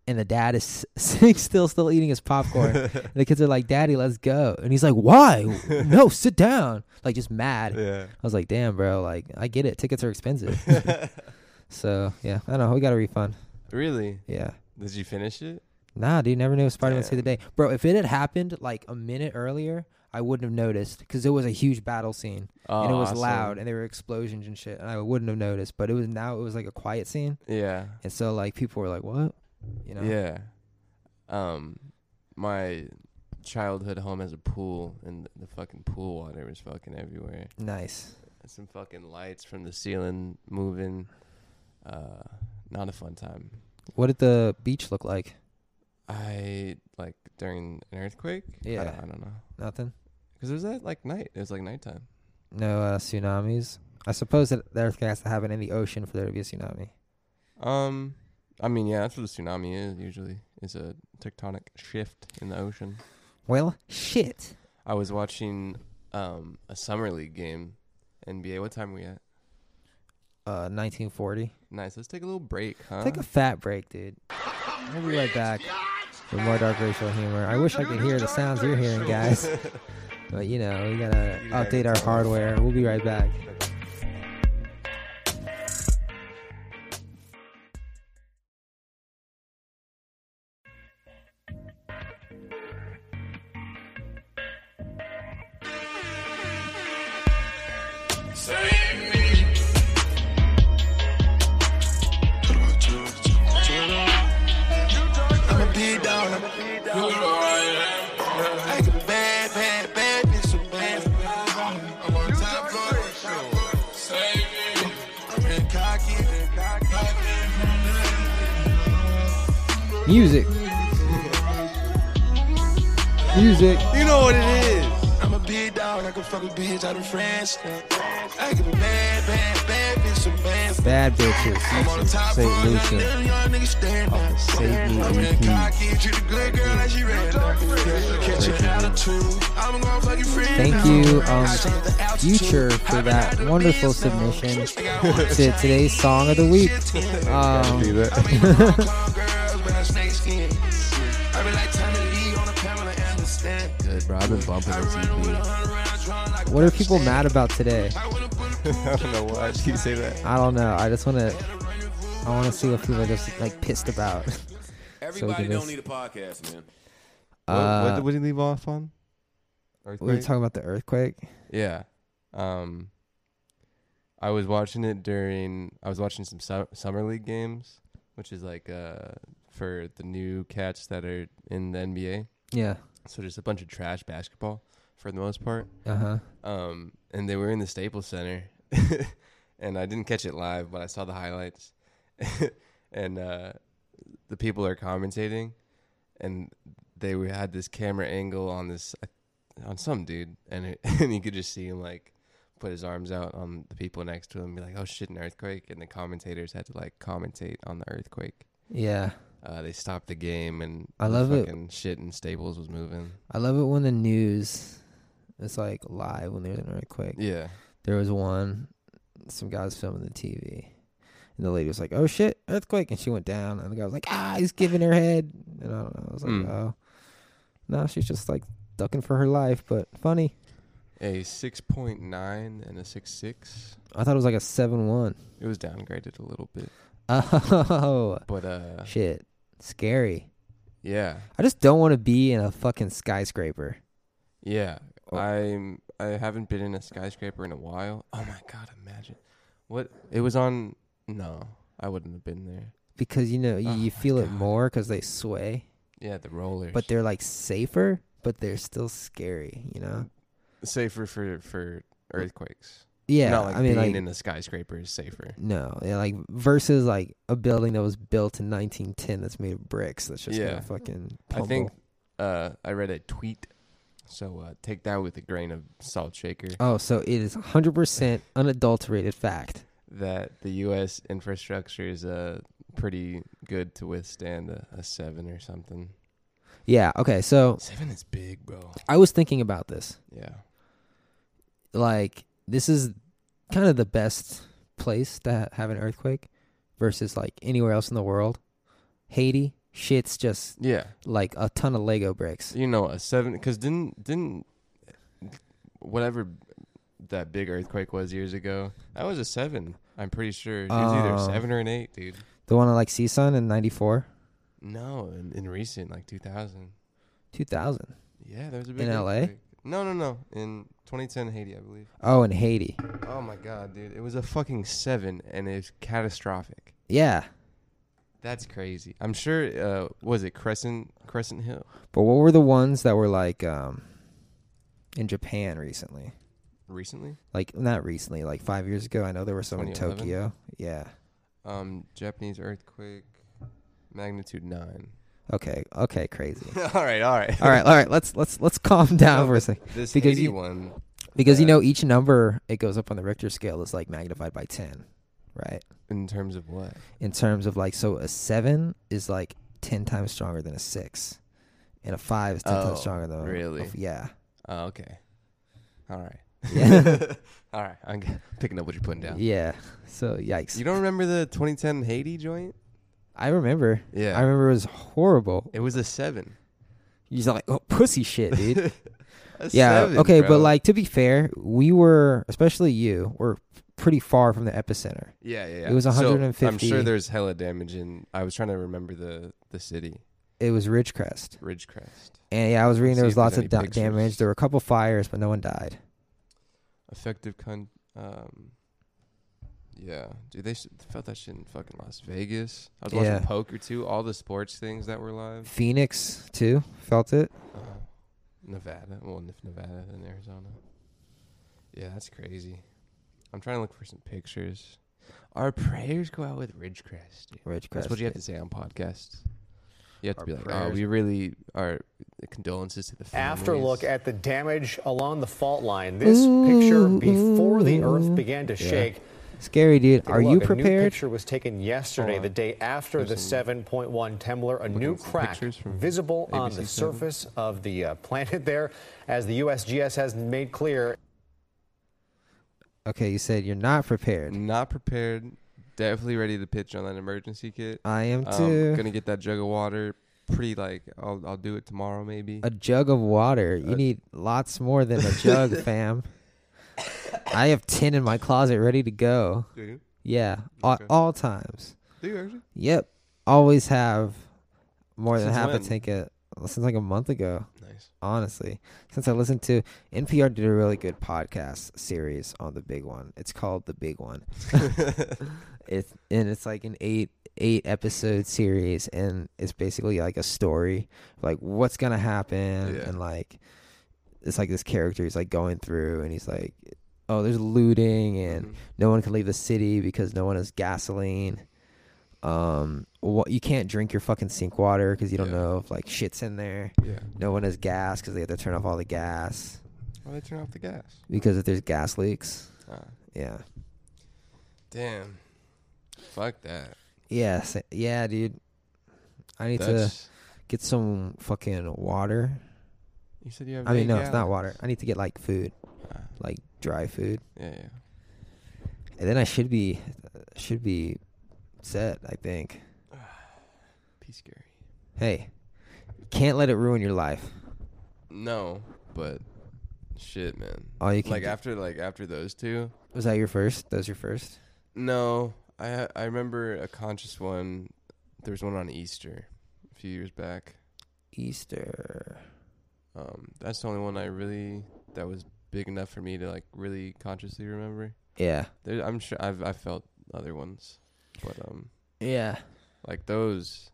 Speaker 3: and the dad is [LAUGHS] sitting still, still eating
Speaker 2: [LAUGHS]
Speaker 3: his popcorn. and the kids are like, "Daddy, let's go," and he's like, "Why?
Speaker 2: [LAUGHS]
Speaker 3: no, sit down." Like just mad.
Speaker 2: yeah.
Speaker 3: I was like, "Damn, bro! Like I get it. Tickets are expensive." so yeah, I don't know. We got a refund.
Speaker 2: [LAUGHS] Really?
Speaker 3: Yeah.
Speaker 2: Did you finish it?
Speaker 3: Nah, dude, never knew Spider Man saved the
Speaker 2: Damn.
Speaker 3: day, bro. If it had happened like a minute earlier, I wouldn't have noticed because it was a huge battle scene
Speaker 2: Oh,
Speaker 3: and it was
Speaker 2: awesome.
Speaker 3: loud and there were explosions and shit, and I wouldn't have noticed. But it was now it was like a quiet scene.
Speaker 2: Yeah.
Speaker 3: And so like people were like, "What?" You know?
Speaker 2: Yeah. Um, my childhood home has a pool, and the fucking pool water was fucking everywhere.
Speaker 3: Nice.
Speaker 2: And some fucking lights from the ceiling moving. Uh, not a fun time.
Speaker 3: What did the beach look like?
Speaker 2: I like during an earthquake. I
Speaker 3: Yeah.
Speaker 2: don't, I don't know.
Speaker 3: Nothing.
Speaker 2: Cause it was at like night. It was like nighttime.
Speaker 3: No uh, tsunamis. I suppose that the earthquake has to happen in the ocean for there to be a tsunami.
Speaker 2: Um, I mean, yeah, that's what a tsunami is usually. Is a tectonic shift in the ocean.
Speaker 3: Well, shit.
Speaker 2: I was watching um a summer league game, NBA. What time we at?
Speaker 3: Uh, 1940.
Speaker 2: Nice. Let's take a little break, huh?
Speaker 3: Take a fat break, dude. We'll
Speaker 2: [LAUGHS]
Speaker 3: be right back with more dark racial humor. I wish I could hear the sounds you're hearing, guys. But you know, we gotta
Speaker 2: You gotta
Speaker 3: update our
Speaker 2: tell us.
Speaker 3: hardware. We'll be right back.
Speaker 5: I'm a big dog. I'm a big dog. I ain't a bad, bad, bad bitch. So bad. I'm on top floor. I'm in cocky.
Speaker 3: Music. Music.
Speaker 2: You know what it is.
Speaker 5: I'm a big dog. I can fuck a bitch out of France. I ain't a bad, bad, bad bitch. So bad.
Speaker 3: Bad
Speaker 5: I'm on the
Speaker 3: bitches.
Speaker 5: top
Speaker 3: St.
Speaker 5: floor. Young
Speaker 3: Lucia. E
Speaker 5: niggas stand up.
Speaker 3: Satan
Speaker 5: I'm in
Speaker 3: EP.
Speaker 5: cocky. Treat the good girl like she ran. up. Catch an attitude. I'm gonna fuck your friend.
Speaker 6: [LAUGHS]
Speaker 3: Thank
Speaker 5: now.
Speaker 3: you, um,
Speaker 5: I changed the altitude.
Speaker 3: Future, for that wonderful submission
Speaker 5: I got one
Speaker 3: to today's song of the week.
Speaker 2: Do
Speaker 3: Um,
Speaker 2: that.
Speaker 5: I mean, Hong Kong girls wearing snakeskin. I be like Tommy Lee on a Pamela Anderson.
Speaker 6: Good, bro. I've been bumping this EP.
Speaker 3: what are people mad about today?
Speaker 2: I don't know why you say that.
Speaker 3: I don't know. I just want to. I want to see what people are just like pissed about.
Speaker 6: Everybody
Speaker 3: give
Speaker 6: don't
Speaker 3: us-
Speaker 6: need a podcast, man.
Speaker 3: [LAUGHS] Uh,
Speaker 2: what, what did he leave off on?
Speaker 3: we were
Speaker 2: Earthquake?
Speaker 3: talking about the earthquake.
Speaker 2: Yeah. Um I was watching it during I was watching some su- summer league games, which is like uh for the new cats that are in the NBA.
Speaker 3: Yeah.
Speaker 2: So just a bunch of trash basketball for the most part.
Speaker 3: Uh huh.
Speaker 2: Um and they were in the Staples Center. [LAUGHS] and I didn't catch it live, but I saw the highlights. [LAUGHS] and uh the people are commentating and they were, had this camera angle on this on some dude and it, [LAUGHS] and you could just see him like put his arms out on the people next to him and be like oh shit an earthquake and the commentators had to like commentate on the earthquake
Speaker 3: Yeah.
Speaker 2: uh, they stopped the game and
Speaker 3: I
Speaker 2: the
Speaker 3: love it.
Speaker 2: fucking shit and stables was moving
Speaker 3: I love it when the news is like live when there's an earthquake.
Speaker 2: yeah
Speaker 3: There was one, some guys filming the TV, and the lady was like, "Oh shit, earthquake!" and she went down, and the guy was like, "Ah, he's giving her head," and I don't know. I was like,
Speaker 2: Mm.
Speaker 3: "Oh, no, she's just like ducking for her life," but funny.
Speaker 2: a 6.9 and a 6.6
Speaker 3: I thought it was like a seven-one.
Speaker 2: it was downgraded a little bit
Speaker 3: [LAUGHS] Oh
Speaker 2: but
Speaker 3: [LAUGHS]
Speaker 2: uh
Speaker 3: shit, scary.
Speaker 2: yeah
Speaker 3: I just don't want to be in a fucking skyscraper.
Speaker 2: Yeah,
Speaker 3: Oh.
Speaker 2: I'm. I haven't been in a skyscraper in a while. Oh my god, imagine what it was on. No, I wouldn't have been there.
Speaker 3: because you know you,
Speaker 2: Oh
Speaker 3: you
Speaker 2: my
Speaker 3: feel it
Speaker 2: God.
Speaker 3: more because they sway,
Speaker 2: Yeah, the rollers,
Speaker 3: but they're like safer, but they're still scary. You know?
Speaker 2: safer for for earthquakes.
Speaker 3: Yeah.
Speaker 2: Not like
Speaker 3: I mean,
Speaker 2: being
Speaker 3: like
Speaker 2: in a skyscraper is safer.
Speaker 3: no, yeah, like versus like a building that was built in 1910 that's made of bricks. That's just
Speaker 2: Yeah.
Speaker 3: gonna fucking.
Speaker 2: I
Speaker 3: Tumble.
Speaker 2: think uh, I read a tweet, so uh, take that with a grain of salt shaker.
Speaker 3: Oh, so it is 100 percent unadulterated fact.
Speaker 2: That the U.S. infrastructure is uh, pretty good to withstand a, a seven or something.
Speaker 3: Yeah. Okay. So
Speaker 2: Seven is big, bro.
Speaker 3: I was thinking about this.
Speaker 2: Yeah.
Speaker 3: Like this is kind of the best place to ha- have an earthquake versus like anywhere else in the world. Haiti, shit's just
Speaker 2: Yeah.
Speaker 3: like a ton of Lego bricks.
Speaker 2: you know a seven because didn't didn't whatever that big earthquake was years ago that was a seven i'm pretty sure it was either a
Speaker 3: Oh.
Speaker 2: seven or an eight dude
Speaker 3: The one I like CSUN in '94,
Speaker 2: no in, in recent like 2000
Speaker 3: 2000.
Speaker 2: yeah there was a big
Speaker 3: In LA?
Speaker 2: earthquake. no no no in 2010 haiti i believe
Speaker 3: Oh, in Haiti.
Speaker 2: oh my god dude it was a fucking seven and it's catastrophic
Speaker 3: Yeah,
Speaker 2: that's crazy i'm sure uh was it crescent crescent hill
Speaker 3: but what were the ones that were like um, in Japan recently?
Speaker 2: recently
Speaker 3: Like not recently, like five years ago. I know there were some in
Speaker 2: 2011?
Speaker 3: Tokyo. Yeah.
Speaker 2: um japanese earthquake magnitude nine
Speaker 3: Okay. Okay. Crazy.
Speaker 2: [LAUGHS] all right all right
Speaker 3: all right. All right. Let's let's let's calm [LAUGHS] down for a second
Speaker 2: [LAUGHS] this
Speaker 3: Because
Speaker 2: Haiti
Speaker 3: you-
Speaker 2: one
Speaker 3: because you
Speaker 2: Yeah.
Speaker 3: know each number it goes up on the Richter scale is like magnified by ten, right?
Speaker 2: In terms of what?
Speaker 3: in terms of like so a seven is like ten times stronger than a six, and a five is ten
Speaker 2: Oh,
Speaker 3: times stronger than a-
Speaker 2: really?
Speaker 3: a- yeah,
Speaker 2: Oh, okay. All right.
Speaker 3: yeah,
Speaker 2: [LAUGHS] All right. I'm g- picking up what you're putting down.
Speaker 3: yeah. So yikes!
Speaker 2: You don't remember the 2010 Haiti joint?
Speaker 3: I remember.
Speaker 2: Yeah.
Speaker 3: I remember it was horrible.
Speaker 2: it was a seven.
Speaker 3: You're like, oh pussy shit, [LAUGHS] dude.
Speaker 2: [LAUGHS] A
Speaker 3: Yeah.
Speaker 2: seven,
Speaker 3: okay,
Speaker 2: bro.
Speaker 3: but like to be fair, we were, especially you, were pretty far from the epicenter.
Speaker 2: yeah, yeah, yeah.
Speaker 3: it was
Speaker 2: So, I'm
Speaker 3: 150.
Speaker 2: sure there's hella damage in. I was trying to remember the the city,
Speaker 3: It was Ridgecrest,
Speaker 2: Ridgecrest.
Speaker 3: and yeah, I was reading
Speaker 2: See
Speaker 3: there
Speaker 2: if
Speaker 3: was
Speaker 2: there's
Speaker 3: lots
Speaker 2: any
Speaker 3: of da-
Speaker 2: pictures.
Speaker 3: damage. There were a couple fires, but no one died.
Speaker 2: Effective con. Um, yeah, dude, they s felt that shit in fucking Las Vegas. I was
Speaker 3: Yeah.
Speaker 2: watching poker too. All the sports things that were live.
Speaker 3: Phoenix too felt it.
Speaker 2: Uh, Nevada, well, Nef- Nevada and Arizona. Yeah, that's crazy. I'm trying to look for some pictures. Our prayers go out with Ridgecrest. Dude.
Speaker 3: Ridgecrest.
Speaker 2: That's what you have
Speaker 3: did.
Speaker 2: to say on podcasts. You have to
Speaker 3: Our
Speaker 2: be like, oh,
Speaker 3: prayers-
Speaker 2: we really are uh, condolences to the families.
Speaker 7: After look at the damage along the fault line, this picture before the earth began to shake.
Speaker 3: Scary, dude. Are
Speaker 7: Look,
Speaker 3: you
Speaker 7: A new
Speaker 3: prepared?
Speaker 7: picture was taken yesterday, the day after the 7.1 Temblor. A new
Speaker 2: at some
Speaker 7: crack
Speaker 2: pictures from
Speaker 7: visible on the
Speaker 2: ABC7.
Speaker 7: surface of the uh, [LAUGHS] planet there, as the USGS has made clear.
Speaker 3: Okay, you said you're not prepared.
Speaker 2: Not prepared. Definitely ready to pitch on that emergency kit.
Speaker 3: I am
Speaker 2: Um,
Speaker 3: too.
Speaker 2: gonna get that jug of water. Pretty like I'll I'll do it tomorrow maybe.
Speaker 3: a jug of water.
Speaker 2: Uh,
Speaker 3: You need lots more than
Speaker 2: [LAUGHS]
Speaker 3: a jug, fam. I have 10 in my closet ready to go.
Speaker 2: do you?
Speaker 3: Yeah, all, all times.
Speaker 2: Do you actually?
Speaker 3: Yep. Always have more than
Speaker 2: Since
Speaker 3: half a
Speaker 2: when?
Speaker 3: ticket since like a month ago,
Speaker 2: Nice.
Speaker 3: honestly. Since I listened to NPR did a really good podcast series on the big one. It's called The Big One. it's and it's like an 8 8 episode series and it's basically like a story like what's going to happen
Speaker 2: Yeah.
Speaker 3: and like it's like this character is like going through and he's like oh there's looting and
Speaker 2: Mm-hmm.
Speaker 3: no one can leave the city because no one has gasoline um what you can't drink your fucking sink water because you don't
Speaker 2: Yeah.
Speaker 3: know if like shit's in there
Speaker 2: [LAUGHS] Yeah.
Speaker 3: no one has gas because they have to turn off all the gas
Speaker 2: Why they turn off the gas?
Speaker 3: because if there's gas leaks
Speaker 2: Ah,
Speaker 3: yeah
Speaker 2: damn. Fuck that.
Speaker 3: yeah sa- yeah dude i need to
Speaker 2: That's,
Speaker 3: get some fucking water
Speaker 2: you said you have.
Speaker 3: i mean
Speaker 2: eight
Speaker 3: no it's not
Speaker 2: gallons.
Speaker 3: water i need to get like food
Speaker 2: Ah,
Speaker 3: like dry food
Speaker 2: yeah, yeah.
Speaker 3: and then i should be should be set i think
Speaker 2: Peace, Gary.
Speaker 3: hey can't let it ruin your life
Speaker 2: No, but shit, man.
Speaker 3: All you can
Speaker 2: like
Speaker 3: do-
Speaker 2: after like after those two.
Speaker 3: was that your first that was your first
Speaker 2: No, I ha- I remember a conscious one. There was one on Easter a few years back.
Speaker 3: easter
Speaker 2: Um, that's the only one I really that was big enough for me to like really consciously remember.
Speaker 3: yeah
Speaker 2: There, I'm sure I've I felt other ones, but um,
Speaker 3: yeah
Speaker 2: like those,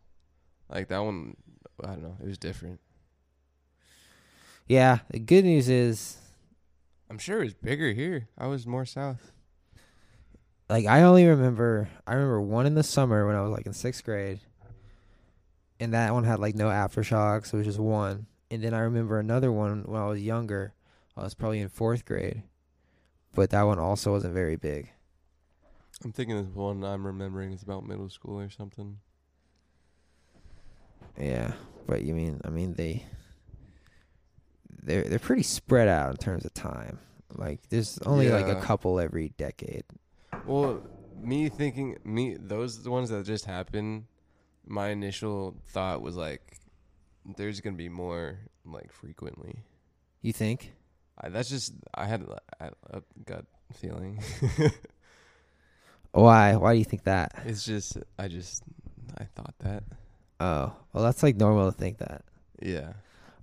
Speaker 2: like that one, I don't know, it was different.
Speaker 3: yeah the good news is
Speaker 2: I'm sure it was bigger here. I was more south.
Speaker 3: like I only remember I remember one in the summer when I was like in sixth grade, and that one had like no aftershocks. It was just one, and then I remember another one when I was younger. I was probably in fourth grade, but that one also wasn't very big.
Speaker 2: I'm thinking this one I'm remembering is about middle school or something.
Speaker 3: Yeah, but you mean I mean they they're they're pretty spread out in terms of time. Like there's only like a
Speaker 2: Yeah.
Speaker 3: couple every decade.
Speaker 2: Well, me thinking me those the ones that just happened, my initial thought was like there's going to be more like frequently.
Speaker 3: You think?
Speaker 2: I, that's just I had a, a gut [LAUGHS] feeling.
Speaker 3: Why? Why do you think that?
Speaker 2: it's just I just I thought that.
Speaker 3: Oh, well, that's like normal to think that.
Speaker 2: Yeah.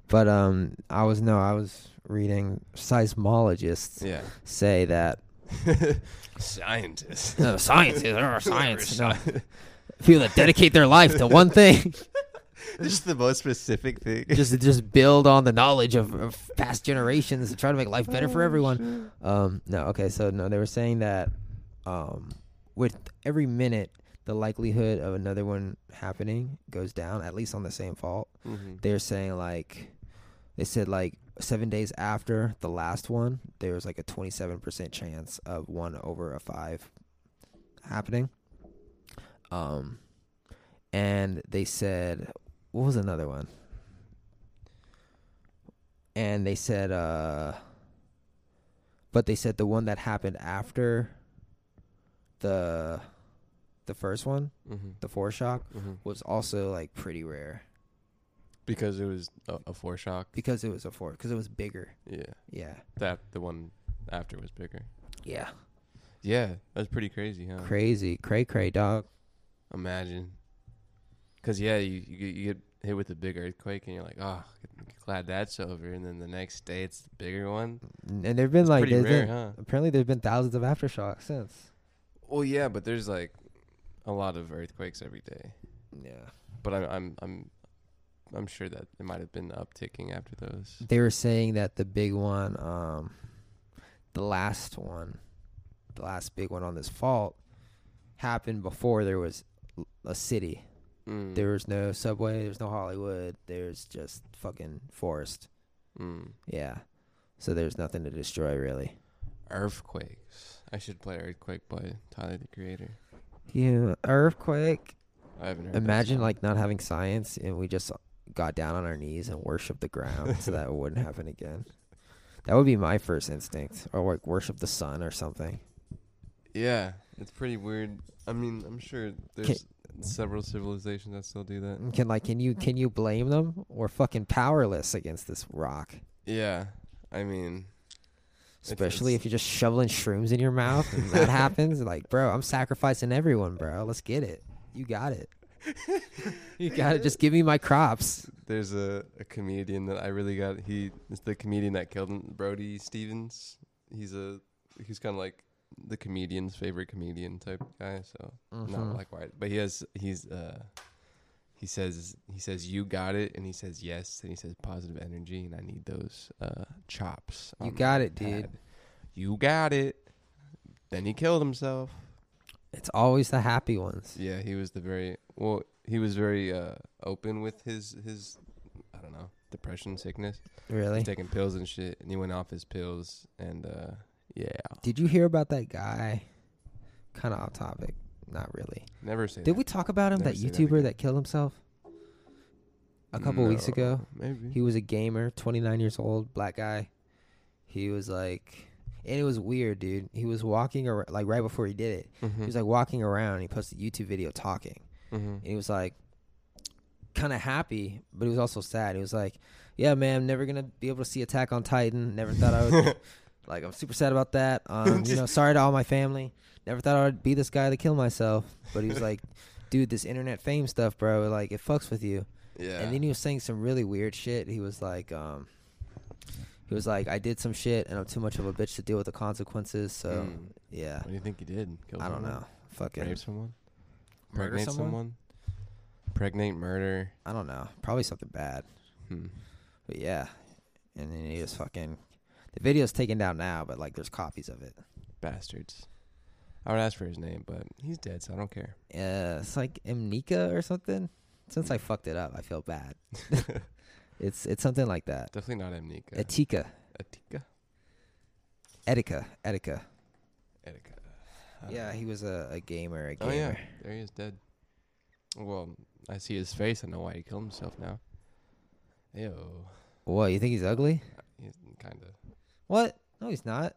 Speaker 3: But um, I was no, I was reading seismologists
Speaker 2: Yeah.
Speaker 3: say that
Speaker 2: [LAUGHS] Scientist.
Speaker 3: [LAUGHS] no, science is our science. No, [LAUGHS] people that dedicate their life to one thing,
Speaker 2: [LAUGHS]
Speaker 3: [LAUGHS]
Speaker 2: just the most specific thing.
Speaker 3: just just build on the knowledge of, of past generations and try to make life better for everyone. Um, no, okay, so no, they were saying that um, with every minute, the likelihood of another one happening goes down, at least on the same fault.
Speaker 2: Mm-hmm, [LAUGHS]
Speaker 3: they're saying like they said like seven days after the last one there was like a 27% chance of one over a five happening um and they said what was another one and they said uh but they said the one that happened after the the first one
Speaker 2: Mhm.
Speaker 3: the foreshock
Speaker 2: Mhm.
Speaker 3: was also like pretty rare
Speaker 2: because it was a, a four shock.
Speaker 3: because it was a four because it was bigger.
Speaker 2: Yeah,
Speaker 3: Yeah,
Speaker 2: that the one after was bigger.
Speaker 3: yeah.
Speaker 2: Yeah, that's pretty crazy, huh?
Speaker 3: Crazy, cray cray dog.
Speaker 2: Imagine, because yeah, you, you get- you get hit with a big earthquake and you're like, oh, glad that's over. And then the next day it's the bigger one.
Speaker 3: And there've been like
Speaker 2: pretty
Speaker 3: there's
Speaker 2: rare,
Speaker 3: been,
Speaker 2: huh?
Speaker 3: apparently there's been thousands of aftershocks since.
Speaker 2: Well, yeah, but there's like a lot of earthquakes every day.
Speaker 3: Yeah,
Speaker 2: But I'm I'm I'm I'm sure that it might have been upticking after those.
Speaker 3: they were saying that the big one, um, the last one, the last big one on this fault happened before there was l- a city.
Speaker 2: Mm,
Speaker 3: There was no subway. There's no Hollywood. There's just fucking forest.
Speaker 2: mm.
Speaker 3: Yeah, so there's nothing to destroy really.
Speaker 2: Earthquakes. I should play Earthquake by Tyler the Creator.
Speaker 3: Yeah, earthquake.
Speaker 2: I haven't heard. that
Speaker 3: Imagine
Speaker 2: song.
Speaker 3: like not having science and we just got down on our knees and worshiped the ground so that it wouldn't happen again. That would be my first instinct, or like worship the sun or something.
Speaker 2: Yeah, it's pretty weird. I mean, I'm sure there's several civilizations that still do that.
Speaker 3: And Can like can you can you blame them? We're fucking powerless against this rock,
Speaker 2: Yeah, I mean,
Speaker 3: especially if you're just shoveling shrooms in your mouth and that happens. Like, bro, I'm sacrificing everyone, bro. Let's get it. You got it. you got it. Just give me my crops.
Speaker 2: there's a, a comedian that I really got. He it's the comedian that killed him, Brody Stevens. He's a he's kind of like the comedian's favorite comedian type guy. So
Speaker 3: Mm-hmm.
Speaker 2: not like white, but he has he's uh he says he says you got it, and he says yes, and he says positive energy, and I need those uh chops.
Speaker 3: You
Speaker 2: on my
Speaker 3: got it, dude.
Speaker 2: pad. You got it. Then he killed himself.
Speaker 3: It's always the happy ones.
Speaker 2: Yeah, he was the very well. He was very uh, open with his his I don't know depression
Speaker 3: [LAUGHS]
Speaker 2: sickness.
Speaker 3: Really?
Speaker 2: He's taking pills and shit, and he went off his pills, and uh, yeah,
Speaker 3: Did you hear about that guy? Kind of off topic. Not really.
Speaker 2: never say.
Speaker 3: Did
Speaker 2: that.
Speaker 3: we talk about him?
Speaker 2: Never
Speaker 3: that
Speaker 2: say that
Speaker 3: YouTuber that,
Speaker 2: again.
Speaker 3: killed himself a couple weeks
Speaker 2: No,
Speaker 3: ago.
Speaker 2: Maybe
Speaker 3: He was a gamer, 29 years old, black guy. He was like, and it was weird, dude. He was walking around, like right before he did it. He
Speaker 2: Mm-hmm.
Speaker 3: was like walking around. And he posted a YouTube video talking, and he was like, kind of happy, but he was also sad. He was like, "Yeah, man, I'm never gonna be able to see Attack on Titan. Never thought I
Speaker 2: [LAUGHS]
Speaker 3: would. like, I'm super sad about that. Um, you know, sorry to all my family. Never thought I would be this guy to kill myself." But he was like, "Dude, this internet fame stuff, bro. Like, it fucks with you."
Speaker 2: yeah.
Speaker 3: And then he was saying some really weird shit. He was like, um, he was like, I did some shit and I'm too much of a bitch to deal with the consequences. So,
Speaker 2: Mm.
Speaker 3: yeah.
Speaker 2: what do you think he did? Kill
Speaker 3: I don't
Speaker 2: someone?
Speaker 3: know. Fucking
Speaker 2: Rape someone?
Speaker 3: Murder
Speaker 2: Pregnate
Speaker 3: someone?
Speaker 2: Pregnate murder.
Speaker 3: I don't know. Probably something bad.
Speaker 2: Hmm.
Speaker 3: But yeah. And then he just fucking. The video's taken down now, but like there's copies of it.
Speaker 2: Bastards. I would ask for his name, but he's dead, so I don't care.
Speaker 3: Uh, it's like Amnika or something. Since
Speaker 2: Mm.
Speaker 3: I fucked it up, I feel bad.
Speaker 2: [LAUGHS]
Speaker 3: [LAUGHS] it's it's something like that.
Speaker 2: Definitely not Amnika.
Speaker 3: Etika.
Speaker 2: Atika.
Speaker 3: Etika. Etika.
Speaker 2: Etika.
Speaker 3: Yeah, he was a, a gamer. A
Speaker 2: Oh
Speaker 3: gamer.
Speaker 2: yeah, there he is dead. Well, I see his face. I know why he killed himself now. Ew,
Speaker 3: What, you think he's ugly?
Speaker 2: he's kind of.
Speaker 3: What? No, he's not.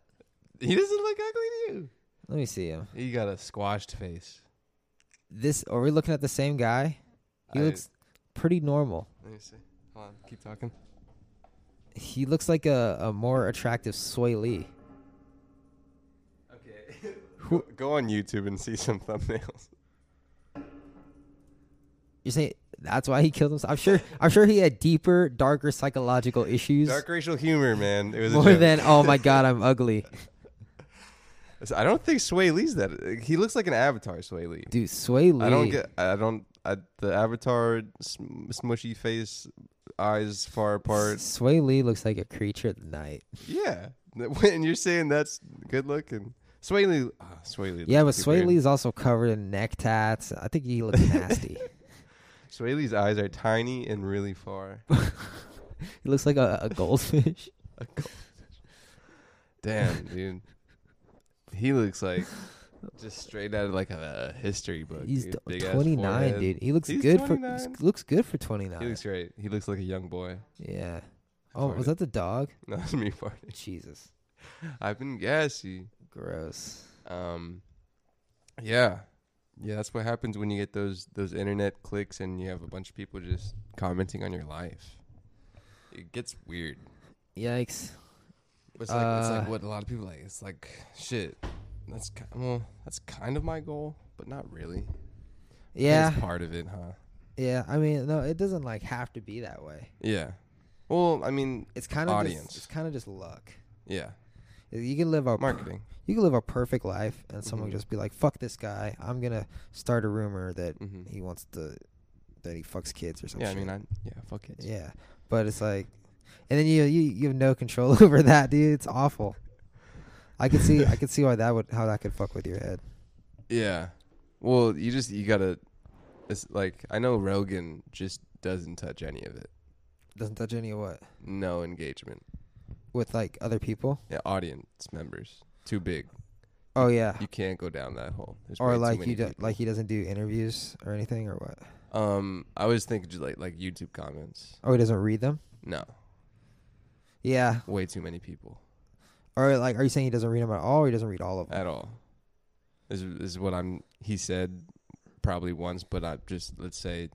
Speaker 2: He doesn't look ugly to you.
Speaker 3: Let me see him.
Speaker 2: He got a squashed face.
Speaker 3: This are we looking at the same guy? He
Speaker 2: I-
Speaker 3: looks pretty normal.
Speaker 2: Let me see. Hold on, keep talking.
Speaker 3: He looks like a, a more attractive Soy Lee.
Speaker 2: Okay. Go, go on YouTube and see some [LAUGHS] thumbnails.
Speaker 3: You're saying that's why he killed himself? I'm sure I'm sure he had deeper, darker psychological issues
Speaker 2: Dark racial humor, man. It was a
Speaker 3: more
Speaker 2: joke.
Speaker 3: than oh
Speaker 2: [LAUGHS]
Speaker 3: my god, I'm ugly.
Speaker 2: I don't think Sway Lee's that. He looks like an avatar, Sway Lee.
Speaker 3: Dude, Soy Lee.
Speaker 2: I don't get. I don't. I, the avatar sm- smushy face, eyes far apart.
Speaker 3: Sway Lee looks like a creature at night.
Speaker 2: Yeah, [LAUGHS] and you're saying that's good looking. Sway Lee, uh, Sway Lee.
Speaker 3: Yeah, but
Speaker 2: looks too
Speaker 3: Sway
Speaker 2: weird.
Speaker 3: Lee's also covered in neck tats. I think he looks
Speaker 2: [LAUGHS]
Speaker 3: nasty.
Speaker 2: Sway Lee's eyes are tiny and really
Speaker 3: [LAUGHS]
Speaker 2: far.
Speaker 3: he looks like a, a goldfish.
Speaker 2: Damn, dude, he looks like just straight out of like a, a history book.
Speaker 3: He's
Speaker 2: dude.
Speaker 3: t-
Speaker 2: Big ass
Speaker 3: 29,
Speaker 2: forehead.
Speaker 3: dude. He looks
Speaker 2: He's
Speaker 3: good for
Speaker 2: 29.
Speaker 3: s- looks good for 29.
Speaker 2: He looks great. He looks like a young boy. [LAUGHS]
Speaker 3: yeah. Oh, was
Speaker 2: farted.
Speaker 3: that the dog?
Speaker 2: Not me farting.
Speaker 3: Jesus.
Speaker 2: I've been gassy.
Speaker 3: Gross.
Speaker 2: Um, yeah, Yeah, that's what happens when you get those those internet clicks and you have a bunch of people just commenting on your life. It gets weird.
Speaker 3: Yikes.
Speaker 2: It's like, it's like
Speaker 3: Uh,
Speaker 2: what a lot of people like. It's like shit. That's ki- well, that's kind of my goal, but not really.
Speaker 3: Yeah.
Speaker 2: it's part of it, huh?
Speaker 3: Yeah. I mean, no, it doesn't like have to be that way.
Speaker 2: Yeah. Well, I mean,
Speaker 3: It's kind of
Speaker 2: audience.
Speaker 3: just, it's kind of just luck.
Speaker 2: yeah,
Speaker 3: You can live a
Speaker 2: marketing.
Speaker 3: you can live a perfect life, and someone
Speaker 2: Mm-hmm.
Speaker 3: could just be like, "Fuck this guy! I'm gonna start a rumor that
Speaker 2: Mhm.
Speaker 3: he wants to that he fucks kids or something."
Speaker 2: Yeah, I mean, I yeah, fuck it.
Speaker 3: yeah, but it's like, and then you you you have no control [LAUGHS] over that, dude. It's awful. I could see I could see why that would how that could fuck with your head.
Speaker 2: Yeah. Well, you just you gotta. It's like I know Rogan just doesn't touch any of it.
Speaker 3: Doesn't touch any of what
Speaker 2: No engagement.
Speaker 3: with like other people.
Speaker 2: Yeah, audience members too big.
Speaker 3: Oh yeah,
Speaker 2: You can't go down that hole. There's way
Speaker 3: or
Speaker 2: too
Speaker 3: like
Speaker 2: many
Speaker 3: you do,
Speaker 2: people.
Speaker 3: like he doesn't do interviews or anything or what.
Speaker 2: Um, I was thinking just like like YouTube comments.
Speaker 3: Oh, he doesn't read them.
Speaker 2: No,
Speaker 3: Yeah,
Speaker 2: way too many people
Speaker 3: or like are you saying he doesn't read them at all? or He doesn't read all of them.
Speaker 2: at all. This is, this is what I'm. He said probably once, but I just let's say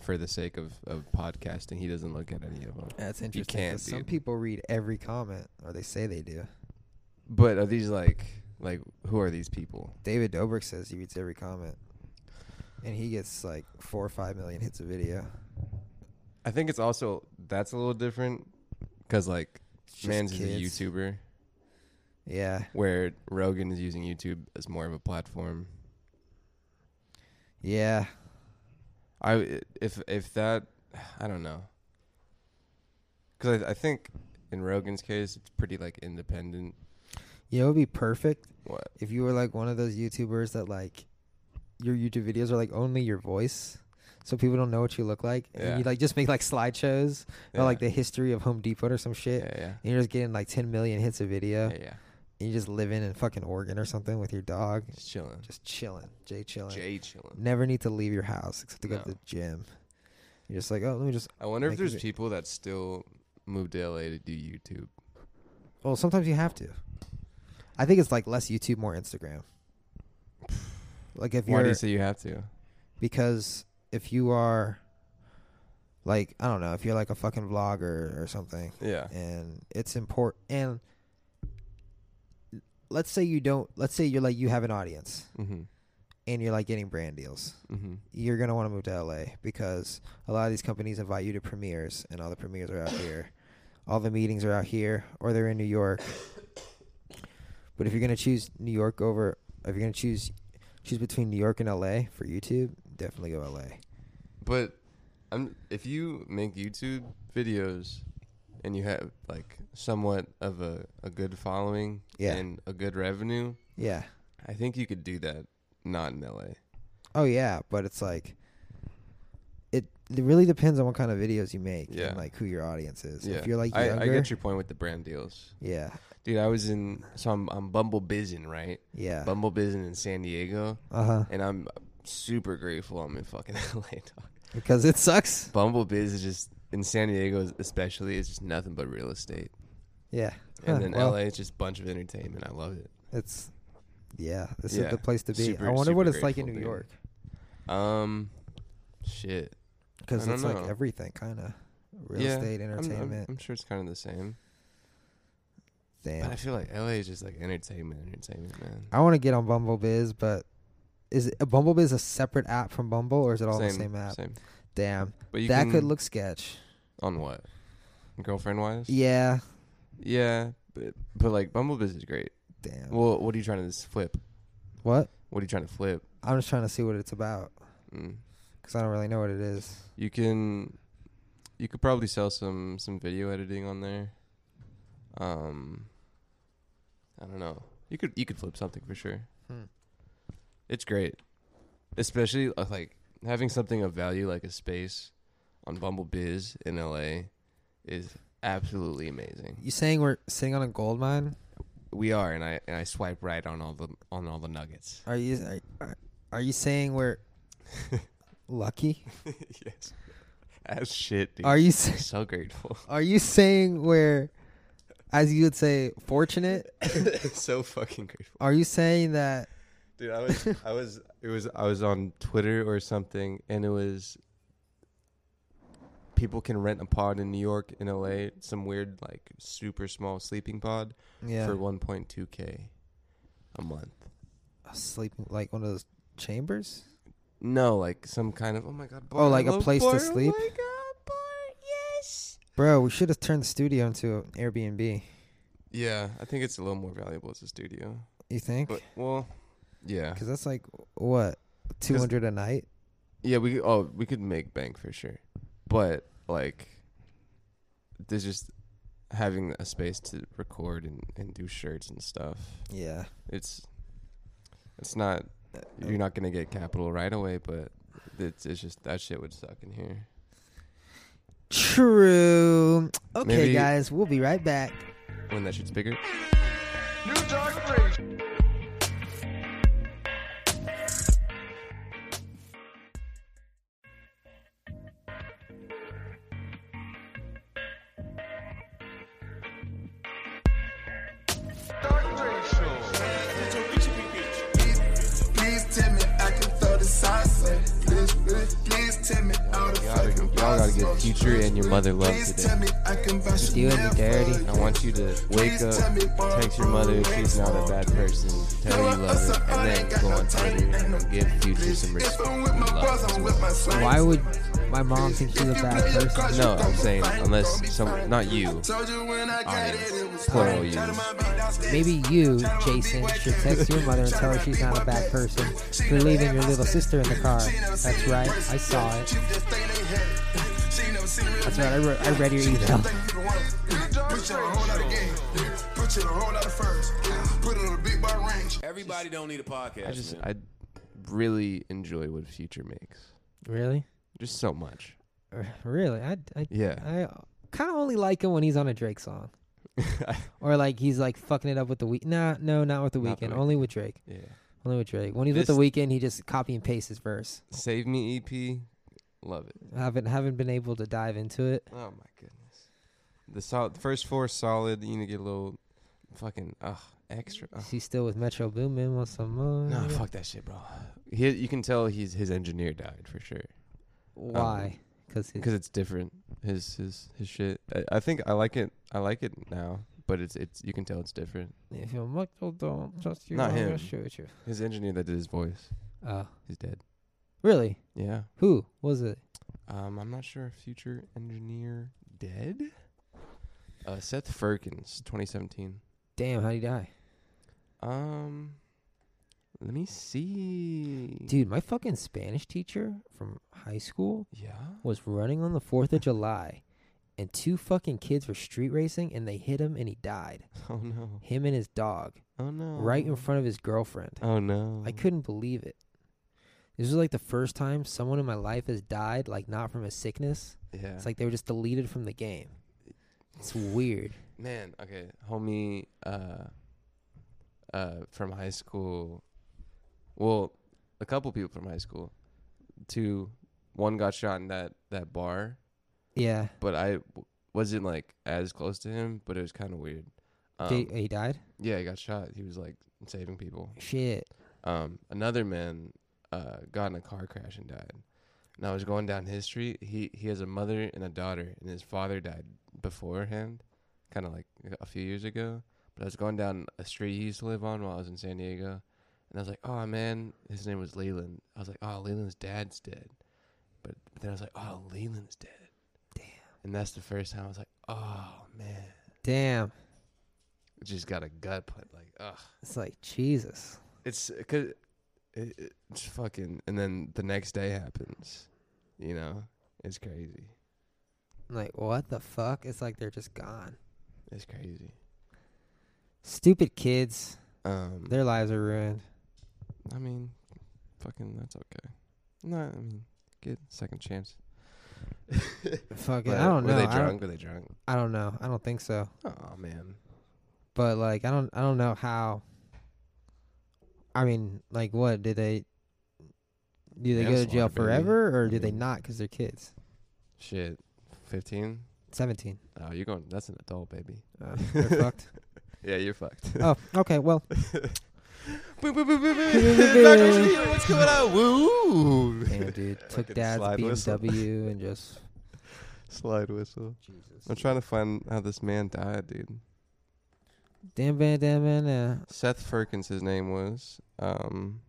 Speaker 2: for the sake of of podcasting, he doesn't look at any of them.
Speaker 3: That's
Speaker 2: You
Speaker 3: interesting. 'cause
Speaker 2: can't,
Speaker 3: some
Speaker 2: dude.
Speaker 3: people read every comment, or they say they do.
Speaker 2: But are these like like who are these people?
Speaker 3: David Dobrik says he reads every comment, and he gets like four or five million hits a video.
Speaker 2: I think it's also that's a little different because like
Speaker 3: just
Speaker 2: Mans
Speaker 3: kids.
Speaker 2: is a YouTuber
Speaker 3: Yeah,
Speaker 2: where Rogan is using YouTube as more of a platform.
Speaker 3: yeah.
Speaker 2: I if if that I don't know because I, I think in Rogan's case it's pretty like independent.
Speaker 3: You know, it'd be perfect
Speaker 2: What
Speaker 3: if you were like one of those YouTubers that like your YouTube videos are like only your voice, so people don't know what you look like, and
Speaker 2: Yeah.
Speaker 3: you like just make like slideshows
Speaker 2: Yeah.
Speaker 3: about like the history of Home Depot or some shit.
Speaker 2: yeah yeah
Speaker 3: And you're just getting like 10 million hits a video.
Speaker 2: yeah yeah
Speaker 3: And you just living in fucking Oregon or something with your dog.
Speaker 2: just chilling
Speaker 3: Just chilling. Jay chilling.
Speaker 2: Jay chilling.
Speaker 3: never need to leave your house except to go to
Speaker 2: No.
Speaker 3: the gym. You're just like, oh, let me just.
Speaker 2: I wonder if
Speaker 3: Making
Speaker 2: there's
Speaker 3: it-
Speaker 2: people that still move to LA to do YouTube.
Speaker 3: Well, sometimes you have to. I think it's like less YouTube, more Instagram. Like if
Speaker 2: Why
Speaker 3: you're
Speaker 2: do you say you have to?
Speaker 3: because if you are, like I don't know, if you're like a fucking vlogger or something,
Speaker 2: Yeah
Speaker 3: and it's important. And let's say you don't. Let's say you're like you have an audience
Speaker 2: mm-hmm.
Speaker 3: and you're like getting brand deals.
Speaker 2: Mm-hmm.
Speaker 3: you're gonna want to move to LA because a lot of these companies invite you to premieres, and all the
Speaker 2: [COUGHS]
Speaker 3: premieres are out here, all the meetings are out here, or they're in New York. But if you're gonna choose New York over, if you're gonna choose choose between New York and LA for YouTube, definitely go LA.
Speaker 2: But I'm if you make YouTube videos and you have like somewhat of a, a good following
Speaker 3: Yeah.
Speaker 2: and a good revenue,
Speaker 3: Yeah.
Speaker 2: I think you could do that not in LA.
Speaker 3: Oh yeah, but it's like it. It really depends on what kind of videos you make
Speaker 2: Yeah.
Speaker 3: and like who your audience is.
Speaker 2: Yeah.
Speaker 3: If you're like
Speaker 2: I,
Speaker 3: younger,
Speaker 2: I get your point with the brand deals.
Speaker 3: yeah,
Speaker 2: Dude, I was in so I'm I'm Bumble Bizzin, right?
Speaker 3: yeah,
Speaker 2: Bumble Bizzin in San Diego
Speaker 3: uh huh,
Speaker 2: and I'm super grateful I'm in fucking [LAUGHS] LA dog.
Speaker 3: because it sucks.
Speaker 2: Bumble Biz is just in San Diego especially is just nothing but real estate.
Speaker 3: Yeah,
Speaker 2: And
Speaker 3: Huh,
Speaker 2: then
Speaker 3: well.
Speaker 2: LA is just a bunch of entertainment. I love it.
Speaker 3: It's yeah, this is
Speaker 2: Yeah.
Speaker 3: the place to be. I
Speaker 2: Super,
Speaker 3: wonder what
Speaker 2: super
Speaker 3: it's like in New
Speaker 2: grateful, dude.
Speaker 3: York. 'Cause
Speaker 2: Um shit. I
Speaker 3: because
Speaker 2: don't
Speaker 3: it's like
Speaker 2: know.
Speaker 3: everything kind of real
Speaker 2: Yeah,
Speaker 3: estate,
Speaker 2: I'm- I'm-
Speaker 3: entertainment.
Speaker 2: I'm, sure it's kind of the same.
Speaker 3: Damn,
Speaker 2: But I feel like LA is just like entertainment, entertainment, man.
Speaker 3: I want to get on Bumble Biz, but is it, uh, Bumble Biz a separate app from Bumble, or is it all the same app?
Speaker 2: Same.
Speaker 3: Damn,
Speaker 2: But you
Speaker 3: that
Speaker 2: can,
Speaker 3: could look sketch.
Speaker 2: on what? Girlfriend wise?
Speaker 3: Yeah,
Speaker 2: Yeah, but but like Bumblebees is great.
Speaker 3: damn.
Speaker 2: Well, what are you trying to s- flip?
Speaker 3: what?
Speaker 2: What are you trying to flip?
Speaker 3: I'm just trying to see what it's about
Speaker 2: Mm.
Speaker 3: because I don't really know what it is.
Speaker 2: You can you could probably sell some some video editing on there. Um I don't know. You could you could flip something for sure.
Speaker 3: Hmm.
Speaker 2: It's great. Especially uh, like having something of value like a space on Bumble Biz in LA is absolutely amazing.
Speaker 3: You saying we're sitting on a gold mine?
Speaker 2: We are and I and I swipe right on all the on all the nuggets.
Speaker 3: Are you are, are, are you saying we're lucky?
Speaker 2: [LAUGHS] yes. As shit, dude.
Speaker 3: Are you saying?
Speaker 2: so grateful.
Speaker 3: Are you saying we're, as you would say, fortunate?
Speaker 2: [LAUGHS] so fucking grateful.
Speaker 3: Are you saying that
Speaker 2: Dude, I was, I was, it was, I was on Twitter or something, and it was people can rent a pod in New York, in LA, some weird like super small sleeping pod
Speaker 3: Yeah.
Speaker 2: for 1.2k a month.
Speaker 3: sleeping like one of those chambers.
Speaker 2: No, like some kind of oh my god.
Speaker 3: Oh, like a
Speaker 2: Barlow,
Speaker 3: place to
Speaker 2: Barlow, uh,
Speaker 3: sleep?
Speaker 2: my God, Bar- yes.
Speaker 3: Bro, we should have turned the studio into an Airbnb.
Speaker 2: Yeah, I think it's a little more valuable as a studio,
Speaker 3: You think?
Speaker 2: but well, yeah,
Speaker 3: Because that's like what two hundred a night.
Speaker 2: yeah. We oh we could make bank for sure, but like, there's just having a space to record and, and do shirts and stuff.
Speaker 3: Yeah.
Speaker 2: It's it's not you're not gonna get capital right away, but it's it's just that shit would suck in here.
Speaker 3: True. Okay,
Speaker 2: Maybe-
Speaker 3: guys, we'll be right back.
Speaker 2: When that shit's bigger.
Speaker 1: New Dark Racial. Dark Racial.
Speaker 5: Please tell me I can throw the sauce. Please, please, please tell me all the
Speaker 2: Y'all gotta,
Speaker 5: fucking
Speaker 2: y'all gotta get
Speaker 5: sauce.
Speaker 2: future and your mother love
Speaker 5: Please
Speaker 2: today.
Speaker 5: tell me I can buy
Speaker 3: Doing
Speaker 5: Chanel
Speaker 3: you
Speaker 5: for
Speaker 3: dirty.
Speaker 5: you.
Speaker 2: I want you to wake up, text your mother if she's not a bad person, tell her you love her, and then go on Twitter and give Future some
Speaker 5: If
Speaker 2: respect.
Speaker 5: I'm with my bros, I'm with my swag.
Speaker 3: Why would my mom think she's a bad person?
Speaker 2: No, I'm saying unless some, not you,
Speaker 5: Told you when I got it, it was
Speaker 2: plural you.
Speaker 3: Maybe you, Jason, should text your mother and tell her she's not a bad person for leaving your little sister in the car. That's right. I saw it. That's right. I, re- I read your email.
Speaker 5: Put you on a whole lot of game. Put you on a whole lot of furs. Put it on a big bar range.
Speaker 6: Everybody don't need a podcast.
Speaker 2: I just,
Speaker 6: man.
Speaker 2: I really enjoy what Future makes,
Speaker 3: Really?
Speaker 2: just so much.
Speaker 3: Uh, Really? I, I,
Speaker 2: Yeah,
Speaker 3: I kind of only like him when he's on a Drake song. Or like he's like fucking it up with the week. Nah, no, not with the
Speaker 2: Not The
Speaker 3: weekend.
Speaker 2: Weeknd.
Speaker 3: Only with Drake.
Speaker 2: [LAUGHS] yeah.
Speaker 3: Only with Drake. When he's with
Speaker 2: This-
Speaker 3: the weekend, he just copy and paste his verse.
Speaker 2: Save Me EP, love it.
Speaker 3: Haven't haven't been able to dive into it.
Speaker 2: Oh my goodness. The sol first four solid. You need to get a little, fucking, ugh, extra. ugh.
Speaker 3: He's still with Metro Boomin. Want some uh, more?
Speaker 2: No, fuck that shit, bro. He, you can tell he's his engineer died for sure
Speaker 3: Why? Because
Speaker 2: because it's different. His his his shit. I, I think I like it. I like it now, but it's it's you can tell it's different.
Speaker 3: If your muscle don't trust you,
Speaker 2: Not
Speaker 3: I'm
Speaker 2: him.
Speaker 3: gonna shoot you.
Speaker 2: His engineer that did his voice,
Speaker 3: Oh,
Speaker 2: he's dead.
Speaker 3: really?
Speaker 2: Yeah.
Speaker 3: Who was it?
Speaker 2: Um, I'm not sure. if Future engineer dead. Uh, Seth Ferkins, 2017.
Speaker 3: Damn, how'd he die?
Speaker 2: Um, let me see.
Speaker 3: Dude, my fucking Spanish teacher from high school
Speaker 2: yeah. [LAUGHS]
Speaker 3: was running on the 4th of July, and two fucking kids were street racing, and they hit him, and he died.
Speaker 2: Oh no.
Speaker 3: Him and his dog,
Speaker 2: Oh no.
Speaker 3: right in front of his girlfriend.
Speaker 2: Oh no.
Speaker 3: I couldn't believe it. This was like the first time someone in my life has died, like not from a sickness.
Speaker 2: Yeah.
Speaker 3: It's like they were just deleted from the game. It's weird.
Speaker 2: Man, okay, homie, uh, uh, from high school. Well, a couple people from high school. Two, one got shot in that that bar,
Speaker 3: Yeah.
Speaker 2: but I w- wasn't like as close to him, but it was kind of weird. Um,
Speaker 3: He- he died?
Speaker 2: yeah, he got shot. He was like saving people.
Speaker 3: Shit.
Speaker 2: Um, another man uh got in a car crash and died. And I was going down his street. He he has a mother and a daughter, and his father died beforehand, kind of like a few years ago. But I was going down a street he used to live on while I was in San Diego, and I was like, "Oh man, his name was Leland." I was like, "Oh, Leland's dad's dead," but then I was like, "Oh, Leland's dead." Damn. And that's the first time I was like, "Oh man,"
Speaker 3: Damn.
Speaker 2: It just got a gut put like, "Ugh."
Speaker 3: It's like Jesus.
Speaker 2: it's uh, cause it, it's fucking and then the next day happens you know it's crazy
Speaker 3: I'm like what the fuck? It's like they're just gone.
Speaker 2: it's crazy
Speaker 3: Stupid kids.
Speaker 2: um
Speaker 3: Their lives are ruined.
Speaker 2: i mean fucking that's okay no i mean get a second
Speaker 3: [LAUGHS]
Speaker 2: chance
Speaker 3: Fucking.
Speaker 2: But
Speaker 3: I don't
Speaker 2: were
Speaker 3: know.
Speaker 2: they
Speaker 3: I don't,
Speaker 2: drunk were they drunk
Speaker 3: I don't know. I don't think so.
Speaker 2: oh man
Speaker 3: But like, I don't. I don't know how. I mean, like, what did they? Do they go to
Speaker 2: Manslaughter,
Speaker 3: jail
Speaker 2: baby.
Speaker 3: forever, or
Speaker 2: I
Speaker 3: do they
Speaker 2: mean-
Speaker 3: not? Because they're kids.
Speaker 2: shit 15
Speaker 3: Seventeen.
Speaker 2: oh you're going that's an adult baby [LAUGHS]
Speaker 3: Uh, they're fucked. [LAUGHS]
Speaker 2: yeah you're fucked
Speaker 3: Oh, okay. Well,
Speaker 2: Boop, boop, boop, boop,
Speaker 3: [LAUGHS]
Speaker 2: boop. Dr. Steve, what's going on? Woo! [LAUGHS]
Speaker 3: Damn, dude. Took
Speaker 2: Fucking
Speaker 3: dad's
Speaker 2: slide whistle.
Speaker 3: BMW and just.
Speaker 2: Slide whistle. I'm trying to find how this man died, dude.
Speaker 3: Damn, man, damn, man.
Speaker 2: Seth Ferkins, his name was. Um,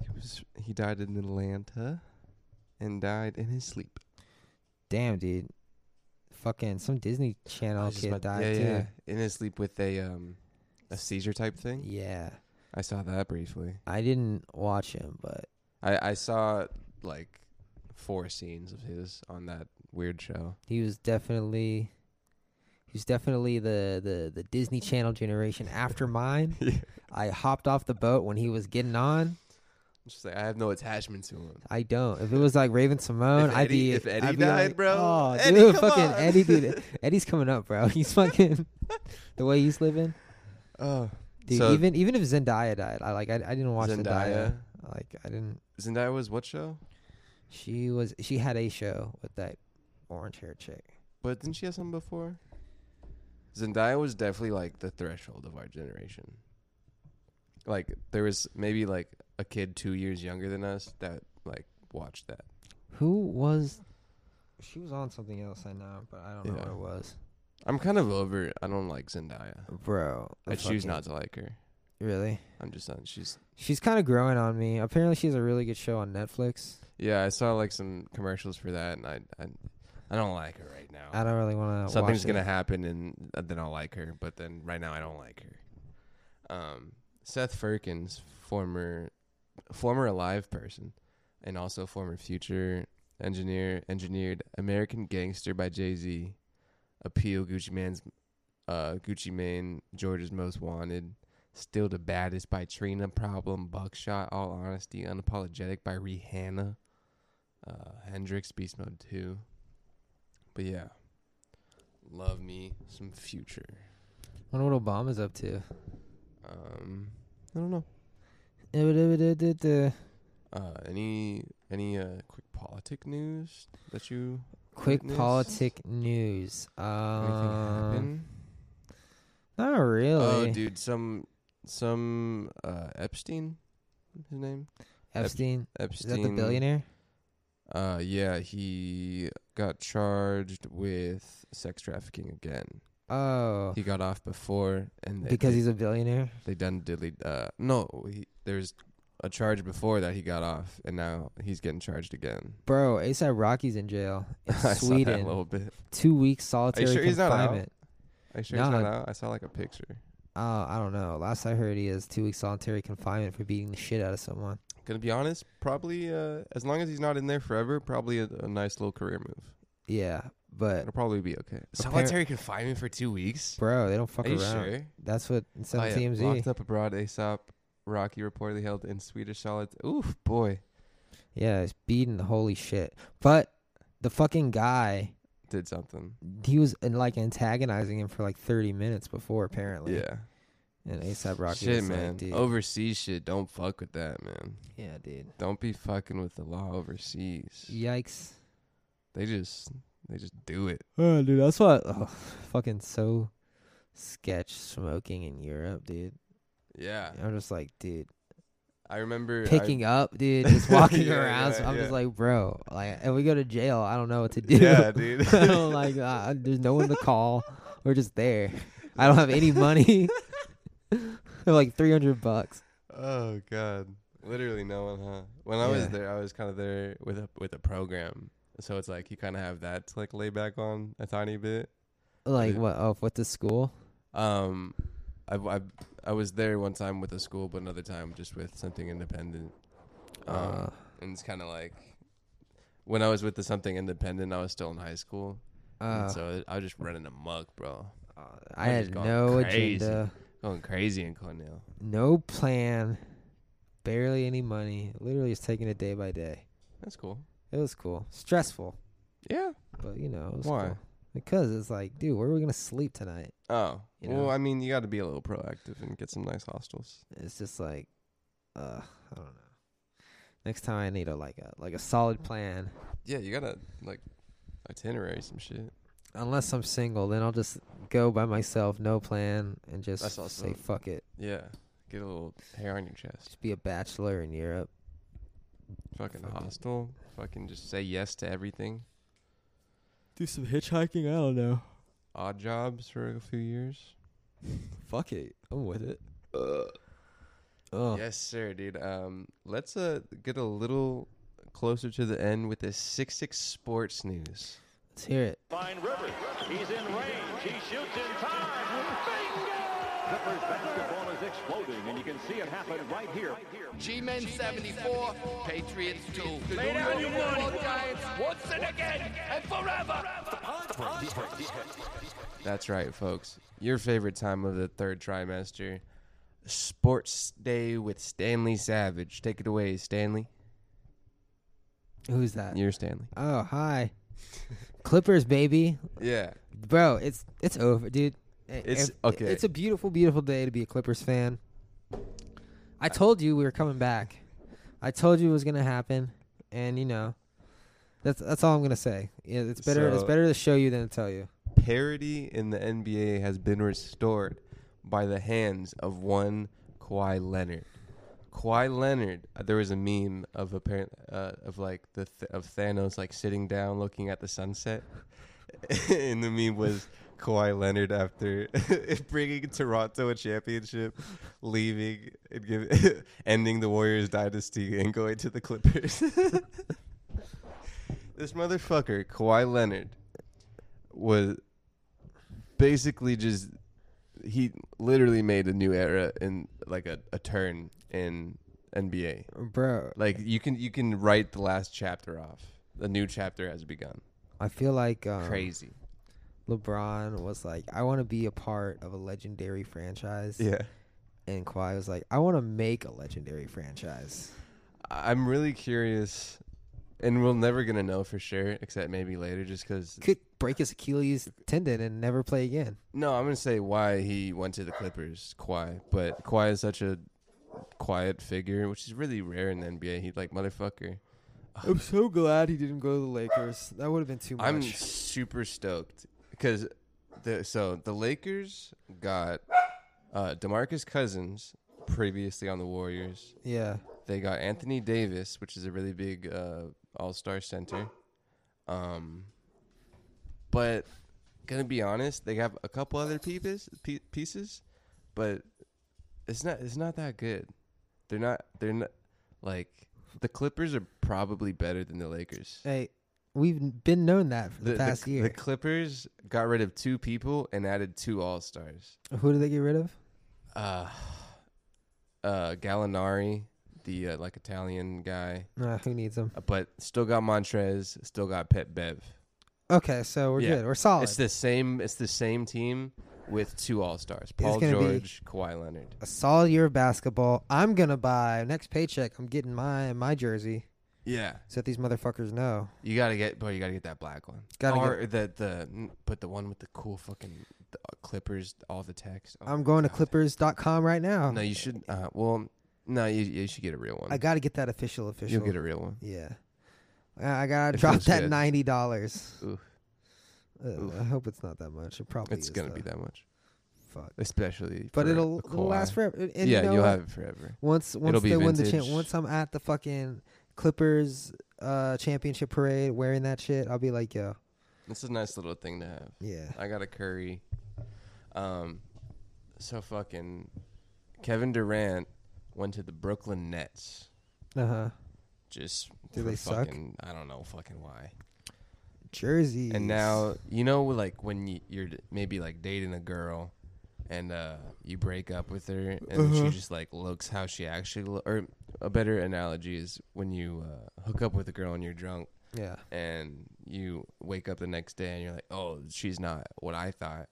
Speaker 2: he was he died in Atlanta, and died in his sleep.
Speaker 3: Damn, dude. Fucking some Disney
Speaker 2: I
Speaker 3: Channel
Speaker 2: was just
Speaker 3: kid
Speaker 2: about-
Speaker 3: died
Speaker 2: yeah,
Speaker 3: too.
Speaker 2: yeah, in his sleep with a um, a seizure type thing.
Speaker 3: Yeah.
Speaker 2: I saw that briefly.
Speaker 3: I didn't watch him, but
Speaker 2: I I saw like four scenes of his on that weird
Speaker 3: [LAUGHS]
Speaker 2: show.
Speaker 3: he was definitely he was definitely the, the, the Disney Channel generation
Speaker 2: [LAUGHS]
Speaker 3: after mine.
Speaker 2: Yeah.
Speaker 3: I hopped off the boat when he was getting on.
Speaker 2: Just like I have no attachment to him.
Speaker 3: I don't. If it was like Raven Simone,
Speaker 2: If
Speaker 3: I'd
Speaker 2: Eddie-
Speaker 3: be.
Speaker 2: if Eddie
Speaker 3: I'd be
Speaker 2: died,
Speaker 3: like,
Speaker 2: bro,
Speaker 3: Oh,
Speaker 2: Eddie,
Speaker 3: dude,
Speaker 2: come
Speaker 3: fucking
Speaker 2: on." [LAUGHS]
Speaker 3: Eddie, dude. Eddie's coming up, bro. He's fucking the way he's living,
Speaker 2: Oh,
Speaker 3: Uh, dude.
Speaker 2: So-
Speaker 3: even even if Zendaya died, I like. I, I didn't watch Zendaya.
Speaker 2: Zendaya.
Speaker 3: Like I didn't.
Speaker 2: Zendaya was what show?
Speaker 3: She was. She had a show with that orange hair chick.
Speaker 2: But didn't she have something before? Zendaya was definitely like the threshold of our generation. Like there was maybe like a kid two years younger than us that like watched that.
Speaker 3: Who was? She was on something else I know, but I don't know
Speaker 2: Yeah.
Speaker 3: what it was.
Speaker 2: I'm kind of over. it. I don't like Zendaya.
Speaker 3: Bro, the
Speaker 2: I choose
Speaker 3: fucking-
Speaker 2: not to like her.
Speaker 3: really.
Speaker 2: I'm just not. She's
Speaker 3: She's kind of growing on me. Apparently, she has a really good show on Netflix.
Speaker 2: yeah. I saw like some commercials for that, and I I, I don't like her right now.
Speaker 3: I don't really want to.
Speaker 2: Something's
Speaker 3: uh, watch
Speaker 2: gonna
Speaker 3: it.
Speaker 2: happen, and uh, then I'll like her. But then right now, I don't like her. Um, Seth Ferkins, former, former alive person, and also former future engineer, engineered American Gangster by Jay Z, appeal Gucci Man's, uh, Gucci Mane, Georgia's Most Wanted, still the baddest by Trina, Problem, Buckshot, All Honesty, Unapologetic by Rihanna, uh, Hendrix, Beast Mode Two. But yeah. Love me some future.
Speaker 3: Wonder what Obama's up to.
Speaker 2: Um, I don't know.
Speaker 3: Quick
Speaker 2: Uh, any any uh quick politic news that you Witness?
Speaker 3: politic news.
Speaker 2: anything
Speaker 3: Um,
Speaker 2: happen?
Speaker 3: not really.
Speaker 2: Oh, dude, some some uh Epstein, his name
Speaker 3: Epstein.
Speaker 2: Epstein.
Speaker 3: Is that the billionaire?
Speaker 2: Uh, yeah, he got charged with sex trafficking again.
Speaker 3: Oh,
Speaker 2: He got off before, and they,
Speaker 3: because
Speaker 2: they,
Speaker 3: he's a billionaire.
Speaker 2: they done diddly. Uh, no, he, there's a charge before that he got off, and now he's getting charged again. [LAUGHS]
Speaker 3: Bro, ASAP Rocky's in jail in
Speaker 2: saw that a little
Speaker 3: Sweden.
Speaker 2: bit.
Speaker 3: Two weeks solitary
Speaker 2: sure he's not out?
Speaker 3: confinement.
Speaker 2: Are you sure
Speaker 3: No,
Speaker 2: it's
Speaker 3: I-
Speaker 2: not out? I saw like a picture.
Speaker 3: Uh, I don't know. Last I heard, he has two weeks solitary confinement for beating the shit out of someone.
Speaker 2: Gonna be honest, probably uh, as long as he's not in there forever, probably a, a nice little career move.
Speaker 3: Yeah, but
Speaker 2: It'll probably be okay.
Speaker 3: Solitary
Speaker 2: confinement for two weeks.
Speaker 3: bro, they don't fuck
Speaker 2: Are you
Speaker 3: around.
Speaker 2: sure?
Speaker 3: That's what it said
Speaker 2: Oh,
Speaker 3: on
Speaker 2: yeah.
Speaker 3: TMZ.
Speaker 2: Locked up abroad, Aesop Rocky reportedly held in Swedish solid. Oof, boy,
Speaker 3: Yeah, it's beating the holy shit. But the fucking guy,
Speaker 2: did something.
Speaker 3: he was uh, like antagonizing him for like 30 minutes before apparently.
Speaker 2: Yeah,
Speaker 3: And ASAP Rocky
Speaker 2: shit,
Speaker 3: was
Speaker 2: man. Oh.
Speaker 3: like, dude.
Speaker 2: overseas shit. Don't fuck with that, man.
Speaker 3: yeah, dude.
Speaker 2: Don't be fucking with the law overseas.
Speaker 3: Yikes.
Speaker 2: They just, they just do it.
Speaker 3: Oh, dude, that's why oh, fucking so sketch smoking in Europe, dude.
Speaker 2: Yeah,
Speaker 3: I'm just like, dude,
Speaker 2: I remember I-
Speaker 3: picking up, dude, just
Speaker 2: [LAUGHS]
Speaker 3: walking
Speaker 2: Yeah,
Speaker 3: around.
Speaker 2: yeah,
Speaker 3: so I'm
Speaker 2: yeah.
Speaker 3: just like, bro, like, if we go to jail, I don't know what to
Speaker 2: [LAUGHS] [LAUGHS]
Speaker 3: do. [LAUGHS]
Speaker 2: Yeah, dude.
Speaker 3: I don't, like, uh, there's no one to call. We're just there. I don't
Speaker 2: [LAUGHS]
Speaker 3: have any money. [LAUGHS] like 300 bucks.
Speaker 2: Oh God! Literally no one, huh? When I
Speaker 3: Yeah.
Speaker 2: was there, I was kind of there with a with a program, so it's like you kind of have that to like lay back on a tiny bit.
Speaker 3: Like
Speaker 2: Yeah.
Speaker 3: what? Oh, what the school?
Speaker 2: Um, I I I was there one time with a school, but another time just with something independent. Um,
Speaker 3: Uh.
Speaker 2: and it's kind of like when I was with the something independent, I was still in high school,
Speaker 3: Uh,
Speaker 2: and so I was just running amok, bro,
Speaker 3: I
Speaker 2: I'm
Speaker 3: had
Speaker 2: just going
Speaker 3: no
Speaker 2: crazy.
Speaker 3: agenda,
Speaker 2: going crazy in Cornell.
Speaker 3: no plan, barely any money. Literally, just taking it day by day.
Speaker 2: That's cool.
Speaker 3: It was cool, stressful,
Speaker 2: Yeah.
Speaker 3: but you know, it was
Speaker 2: Why?
Speaker 3: cool. Because it's like, dude, where are we gonna sleep tonight?
Speaker 2: Oh
Speaker 3: You
Speaker 2: well,
Speaker 3: know?
Speaker 2: I mean, you got to be a little proactive and get some nice hostels.
Speaker 3: It's just like, uh, I don't know. Next time I need a like a like a solid plan.
Speaker 2: Yeah, you gotta like itinerary some shit.
Speaker 3: Unless I'm single, then I'll just go by myself, no plan, and just
Speaker 2: That's
Speaker 3: say
Speaker 2: awesome.
Speaker 3: fuck it.
Speaker 2: Yeah, Get a little hair on your chest.
Speaker 3: Just be a bachelor in Europe.
Speaker 2: Fucking hostile. Fucking just say yes to everything.
Speaker 8: Do some hitchhiking. I don't know.
Speaker 2: Odd jobs for a few [LAUGHS] years.
Speaker 8: Fuck it. I'm with it. Ugh.
Speaker 2: Yes, sir, dude. Um, let's uh get a little closer to the end with this six six sports news.
Speaker 3: Let's hear it.
Speaker 9: Find Rivers. He's in range. He shoots in time. Bingo! Clippers basketball is exploding, and you can see it happen right here.
Speaker 5: G-Men 74, Patriots 2. Lay down your money. Giants once and again and forever.
Speaker 2: That's right, folks. Your favorite time of the third trimester, Sports Day with Stanley Savage. Take it away, Stanley.
Speaker 3: Who's that?
Speaker 2: You're Stanley.
Speaker 3: Oh, hi. [LAUGHS] Clippers, baby.
Speaker 2: Yeah.
Speaker 3: Bro, it's it's over, dude. I-
Speaker 2: It's-
Speaker 3: if-
Speaker 2: okay.
Speaker 3: It's a beautiful, beautiful day to be a Clippers fan. I told you we were coming back. I told you it was gonna happen, and you know, that's that's all I'm gonna say. Yeah, it's better. it's
Speaker 2: So-
Speaker 3: better to show you than to tell you.
Speaker 2: Parity in the NBA has been restored by the hands of one Kawhi Leonard. Kawhi Leonard. uh, There was a meme of apparent uh, of like the th- of Thanos like sitting down looking at the sunset, [LAUGHS] and the meme was Kawhi Leonard after [LAUGHS] bringing Toronto a championship, leaving and give, [LAUGHS] ending the Warriors dynasty and going to the Clippers. [LAUGHS] this motherfucker Kawhi Leonard was basically just he literally made a new era in like a, a turn in NBA.
Speaker 3: Bro,
Speaker 2: Like you can you can write the last chapter off. The new chapter has begun.
Speaker 3: I feel like um,
Speaker 2: Crazy.
Speaker 3: LeBron was like, I want to be a part of a legendary franchise.
Speaker 2: Yeah.
Speaker 3: And Kawhi was like, I want to make a legendary franchise.
Speaker 2: I'm really curious and we're never going to know for sure except maybe later just cuz
Speaker 3: Could break his Achilles tendon and never play again.
Speaker 2: no, I'm going to say why he went to the Clippers, Kawhi, but Kawhi is such a quiet figure, which is really rare in the NBA. He like motherfucker.
Speaker 8: I'm so glad he didn't go to the Lakers. That would have been too much.
Speaker 2: I'm super stoked because the so the Lakers got uh, Demarcus Cousins previously on the Warriors.
Speaker 3: Yeah.
Speaker 2: They got Anthony Davis, which is a really big uh, All Star center. Um, but gonna be honest, they have a couple other pieces, pe- pieces, but it's not it's not that good. They're not they're not like the Clippers are probably better than the Lakers
Speaker 3: Hey, we've n- been known that for the, past
Speaker 2: the,
Speaker 3: year.
Speaker 2: the Clippers got rid of two people and added two All Stars.
Speaker 3: Who did they get rid of?
Speaker 2: Uh, uh, Gallinari, the uh, like Italian guy,
Speaker 3: Uh, who needs them?
Speaker 2: uh, but still got Montrez, still got Pep Bev.
Speaker 3: Okay, so we're
Speaker 2: Yeah.
Speaker 3: good. We're solid.
Speaker 2: It's the same. It's the same team with two All Stars: Paul
Speaker 3: gonna be-
Speaker 2: George, Kawhi Leonard.
Speaker 3: a solid year of basketball. I'm gonna buy next paycheck. I'm getting my my jersey
Speaker 2: Yeah,
Speaker 3: so that these motherfuckers know.
Speaker 2: you gotta get, bro. You gotta get that black one.
Speaker 3: Gotta
Speaker 2: or the the but the one with the cool fucking the uh, Clippers, all the text. Oh
Speaker 3: I'm
Speaker 2: my
Speaker 3: going to
Speaker 2: God.
Speaker 3: Clippers.com right now.
Speaker 2: No, you should. Uh, well, no, you you should get a real one.
Speaker 3: I got to get that official official.
Speaker 2: You'll get a real one.
Speaker 3: Yeah. I I gotta
Speaker 2: It
Speaker 3: drop
Speaker 2: feels
Speaker 3: that
Speaker 2: good.
Speaker 3: ninety dollars. Uh,
Speaker 2: Oof.
Speaker 3: I hope it's not that much. It probably
Speaker 2: It's
Speaker 3: is,
Speaker 2: gonna
Speaker 3: though.
Speaker 2: be that much,
Speaker 3: Fuck.
Speaker 2: especially.
Speaker 3: But
Speaker 2: for
Speaker 3: it'll,
Speaker 2: a
Speaker 3: it'll last
Speaker 2: Kawhi.
Speaker 3: forever. And- and
Speaker 2: yeah,
Speaker 3: you know
Speaker 2: will
Speaker 3: what?
Speaker 2: have it forever.
Speaker 3: Once once
Speaker 2: be
Speaker 3: they win the champ,
Speaker 2: vintage.
Speaker 3: once I'm at the fucking Clippers uh, championship parade wearing that shit, I'll be like, yo,
Speaker 2: It's a nice little thing to have.
Speaker 3: yeah,
Speaker 2: I got a curry. Um, so fucking Kevin Durant went to the Brooklyn Nets.
Speaker 3: uh huh,
Speaker 2: Just
Speaker 3: Do
Speaker 2: for
Speaker 3: they suck?
Speaker 2: fucking, I don't know fucking why.
Speaker 3: jersey.
Speaker 2: And now you know, like when you, you're d- maybe like dating a girl, and uh, you break up with her, and then
Speaker 3: Uh-huh.
Speaker 2: she just like looks how she actually. Lo- or a better analogy is when you uh, hook up with a girl and you're drunk,
Speaker 3: yeah,
Speaker 2: and you wake up the next day and you're like, oh, she's not what I thought.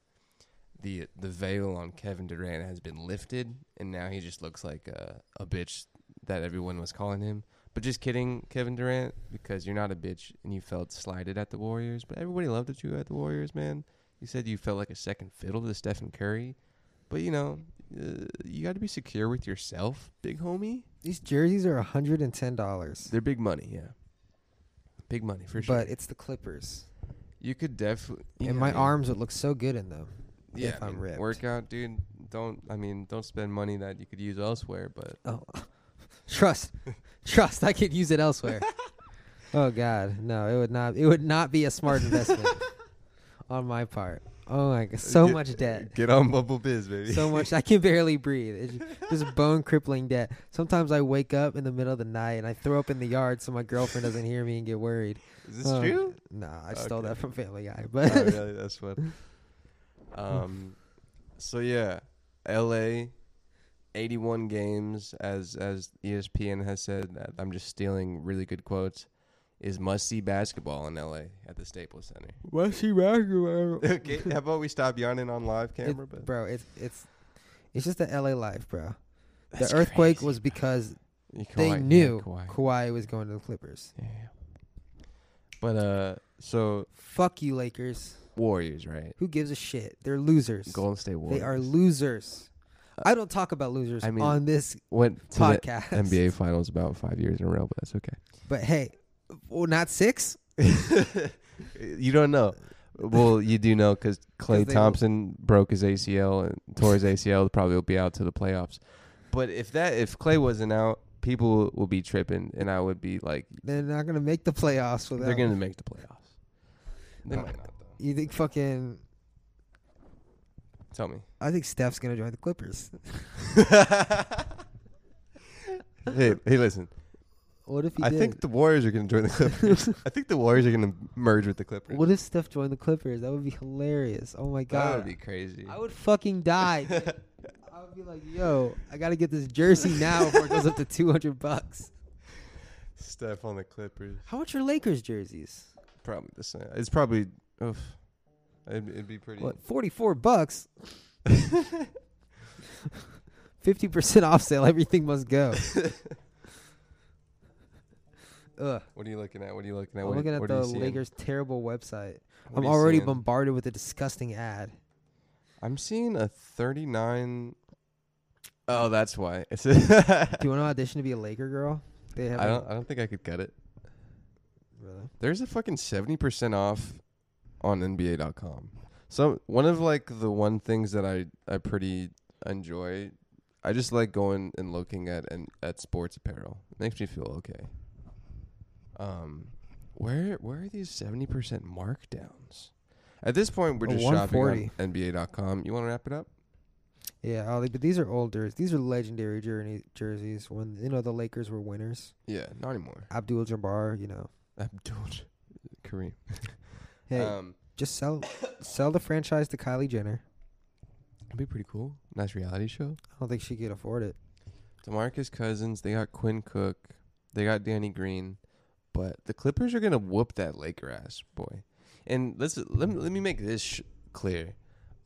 Speaker 2: The the veil on Kevin Durant has been lifted, and now he just looks like a, a bitch that everyone was calling him. But just kidding, Kevin Durant, because you're not a bitch and you felt slighted at the Warriors, but everybody loved that you at the Warriors, man. You said you felt like a second fiddle to Stephen Curry, but you know, uh, you got to be secure with yourself, big homie.
Speaker 3: these jerseys are hundred and ten dollars,
Speaker 2: They're big money, yeah, big money for sure.
Speaker 3: but it's the Clippers,
Speaker 2: You could definitely.
Speaker 3: and my arms would look so good in them
Speaker 2: Yeah,
Speaker 3: if I'm ripped.
Speaker 2: workout, dude. don't. I mean, don't spend money that you could use elsewhere. But
Speaker 3: Oh, [LAUGHS]
Speaker 2: [LAUGHS]
Speaker 3: trust, trust. I could use it elsewhere. oh God, no! It would not. It would not be a smart
Speaker 2: [LAUGHS]
Speaker 3: investment on my part. Oh my God, so
Speaker 2: Get-
Speaker 3: much
Speaker 2: [LAUGHS]
Speaker 3: debt.
Speaker 2: Get on Bubble Biz, baby.
Speaker 3: So much I can barely breathe. It's ju- just bone crippling debt. Sometimes I wake up in the middle of the night and I throw up in the yard so my girlfriend doesn't hear me and get worried.
Speaker 2: [LAUGHS] Is this
Speaker 3: Oh, [LAUGHS]
Speaker 2: true?
Speaker 3: Nah, I stole
Speaker 2: Okay.
Speaker 3: that from
Speaker 2: [LAUGHS]
Speaker 3: Family Guy.
Speaker 2: oh,
Speaker 3: But
Speaker 2: really? That's what. Um, so yeah, L.A. 81 games, as as E ESPN has said. That I'm just stealing really good quotes. Is must see basketball in L.A. at the Staples Center. [LAUGHS]
Speaker 8: What's he basketball?
Speaker 2: okay, how about we stop yawning on live
Speaker 3: it-
Speaker 2: camera? But
Speaker 3: bro, it's it's it's just the LA life, bro. the earthquake was because
Speaker 2: You
Speaker 3: they
Speaker 2: Kawhi- yeah,
Speaker 3: knew Kawhi.
Speaker 2: Kawhi.
Speaker 3: was going to the Clippers.
Speaker 2: Yeah. But uh, so
Speaker 3: Fuck you, Lakers.
Speaker 2: Warriors, right?
Speaker 3: Who gives a shit? They're losers.
Speaker 2: Golden State
Speaker 3: They
Speaker 2: Warriors.
Speaker 3: are losers. I don't talk about losers
Speaker 2: I mean-
Speaker 3: on this,
Speaker 2: went to
Speaker 3: podcast.
Speaker 2: the NBA Finals about five years in a row, but that's okay.
Speaker 3: but hey, well, not six. [LAUGHS]
Speaker 2: you don't know. Well, you do know because Clay
Speaker 3: 'Cause they-
Speaker 2: Thompson broke his ACL and tore his ACL. [LAUGHS] Probably will be out to the playoffs. But if that if Clay wasn't out, people will be tripping, and I would be like,
Speaker 3: They're not gonna make the playoffs without.
Speaker 2: they're going to make the playoffs. They
Speaker 3: Uh,
Speaker 2: might not though.
Speaker 3: You think fucking? [LAUGHS]
Speaker 2: Tell me.
Speaker 3: I think Steph's gonna join the Clippers.
Speaker 2: hey, hey, listen.
Speaker 3: What if he?
Speaker 2: I
Speaker 3: did?
Speaker 2: think the Warriors are going to join the
Speaker 3: [LAUGHS]
Speaker 2: Clippers. I think the Warriors are going to merge with the Clippers.
Speaker 3: What if Steph joined the Clippers? That would be hilarious. Oh my god.
Speaker 2: that would be crazy.
Speaker 3: I would
Speaker 2: [LAUGHS]
Speaker 3: fucking die. dude. I would be like, yo, I gotta get this jersey now before it goes up to two hundred bucks.
Speaker 2: Steph on the Clippers.
Speaker 3: How much are Lakers jerseys?
Speaker 2: Probably the same. It's probably. Oof. It'd, it'd be pretty.
Speaker 3: What, forty
Speaker 2: [LAUGHS]
Speaker 3: four bucks? Fifty percent off sale, everything
Speaker 2: [LAUGHS]
Speaker 3: must go. Ugh.
Speaker 2: What are you looking at? What are you looking at?
Speaker 3: I'm
Speaker 2: what
Speaker 3: looking
Speaker 2: are,
Speaker 3: at
Speaker 2: what are
Speaker 3: the
Speaker 2: you seeing?
Speaker 3: Lakers' terrible website.
Speaker 2: What
Speaker 3: I'm
Speaker 2: are you
Speaker 3: already
Speaker 2: seeing?
Speaker 3: bombarded with a disgusting ad.
Speaker 2: I'm seeing a 39. Oh, that's [LAUGHS] why. It's a
Speaker 3: Do you want to audition to be a Laker girl? They have
Speaker 2: I
Speaker 3: a-
Speaker 2: don't. I don't think I could get it.
Speaker 3: Really?
Speaker 2: There's a fucking 70% off on NBA.com. So one of like the one things that I I pretty enjoy. I just like going and looking at and at sports apparel. It makes me feel okay. Um, where where are these 70% markdowns? At this point, we're
Speaker 3: A
Speaker 2: just shopping on
Speaker 3: 140.
Speaker 2: NBA.com. You want to wrap it up?
Speaker 3: Yeah, Ollie, but these are old jerseys. These are legendary journey jerseys when you know the Lakers were winners.
Speaker 2: Yeah, not
Speaker 3: [LAUGHS]
Speaker 2: anymore.
Speaker 3: Abdul Jabbar, you know.
Speaker 2: Abdul Kareem.
Speaker 3: Hey,
Speaker 2: Um,
Speaker 3: just sell [COUGHS] sell the franchise to Kylie Jenner.
Speaker 2: it'd be pretty cool. Nice reality show.
Speaker 3: I don't think she could afford it.
Speaker 2: DeMarcus Cousins, they got Quinn Cook, they got Danny Green, but the Clippers are going to whoop that Laker ass, boy. And let's let me, let me make this sh- clear.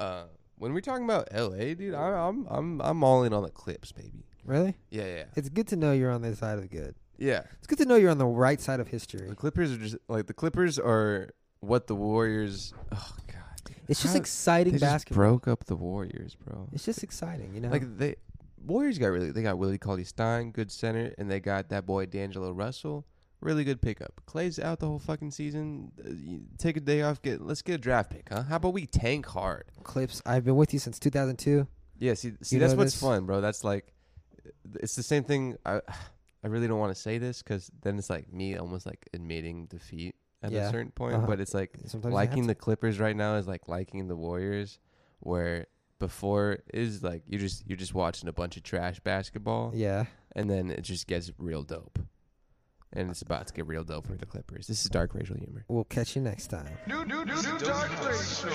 Speaker 2: Uh when we're talking about LA, dude, I, I'm I'm I'm all in on the Clips, baby.
Speaker 3: Really?
Speaker 2: Yeah, yeah.
Speaker 3: It's good to know you're on the side of the good.
Speaker 2: Yeah.
Speaker 3: It's good to know you're on the right side of history.
Speaker 2: The Clippers are just like the Clippers are what the Warriors Oh god. dude.
Speaker 3: It's just
Speaker 2: How-
Speaker 3: exciting
Speaker 2: they just
Speaker 3: basketball.
Speaker 2: broke up the Warriors, bro.
Speaker 3: It's just exciting, you know.
Speaker 2: Like they Warriors got really they got Willie Cauley Stein, good center, and they got that boy D'Angelo Russell. Really good pickup. Clay's out the whole fucking season. Uh, you take a day off. Get let's get a draft pick, huh? How about we tank hard?
Speaker 3: Clips, I've been with you since 2002.
Speaker 2: Yeah, see, see,
Speaker 3: You
Speaker 2: that's
Speaker 3: know
Speaker 2: what's
Speaker 3: this-
Speaker 2: fun, bro. That's like, it's the same thing. I, I really don't want to say this because then it's like me almost like admitting defeat at
Speaker 3: Yeah.
Speaker 2: a certain point.
Speaker 3: Uh-huh.
Speaker 2: But it's like
Speaker 3: Sometimes you have
Speaker 2: liking
Speaker 3: to.
Speaker 2: the Clippers right now is like liking the Warriors, where before is like you just you're just watching a bunch of trash basketball.
Speaker 3: Yeah.
Speaker 2: and then it just gets real dope. And it's about to get real dope for the Clippers. This is dark racial humor.
Speaker 3: We'll catch you next time.
Speaker 1: New, new, new, new dark racial.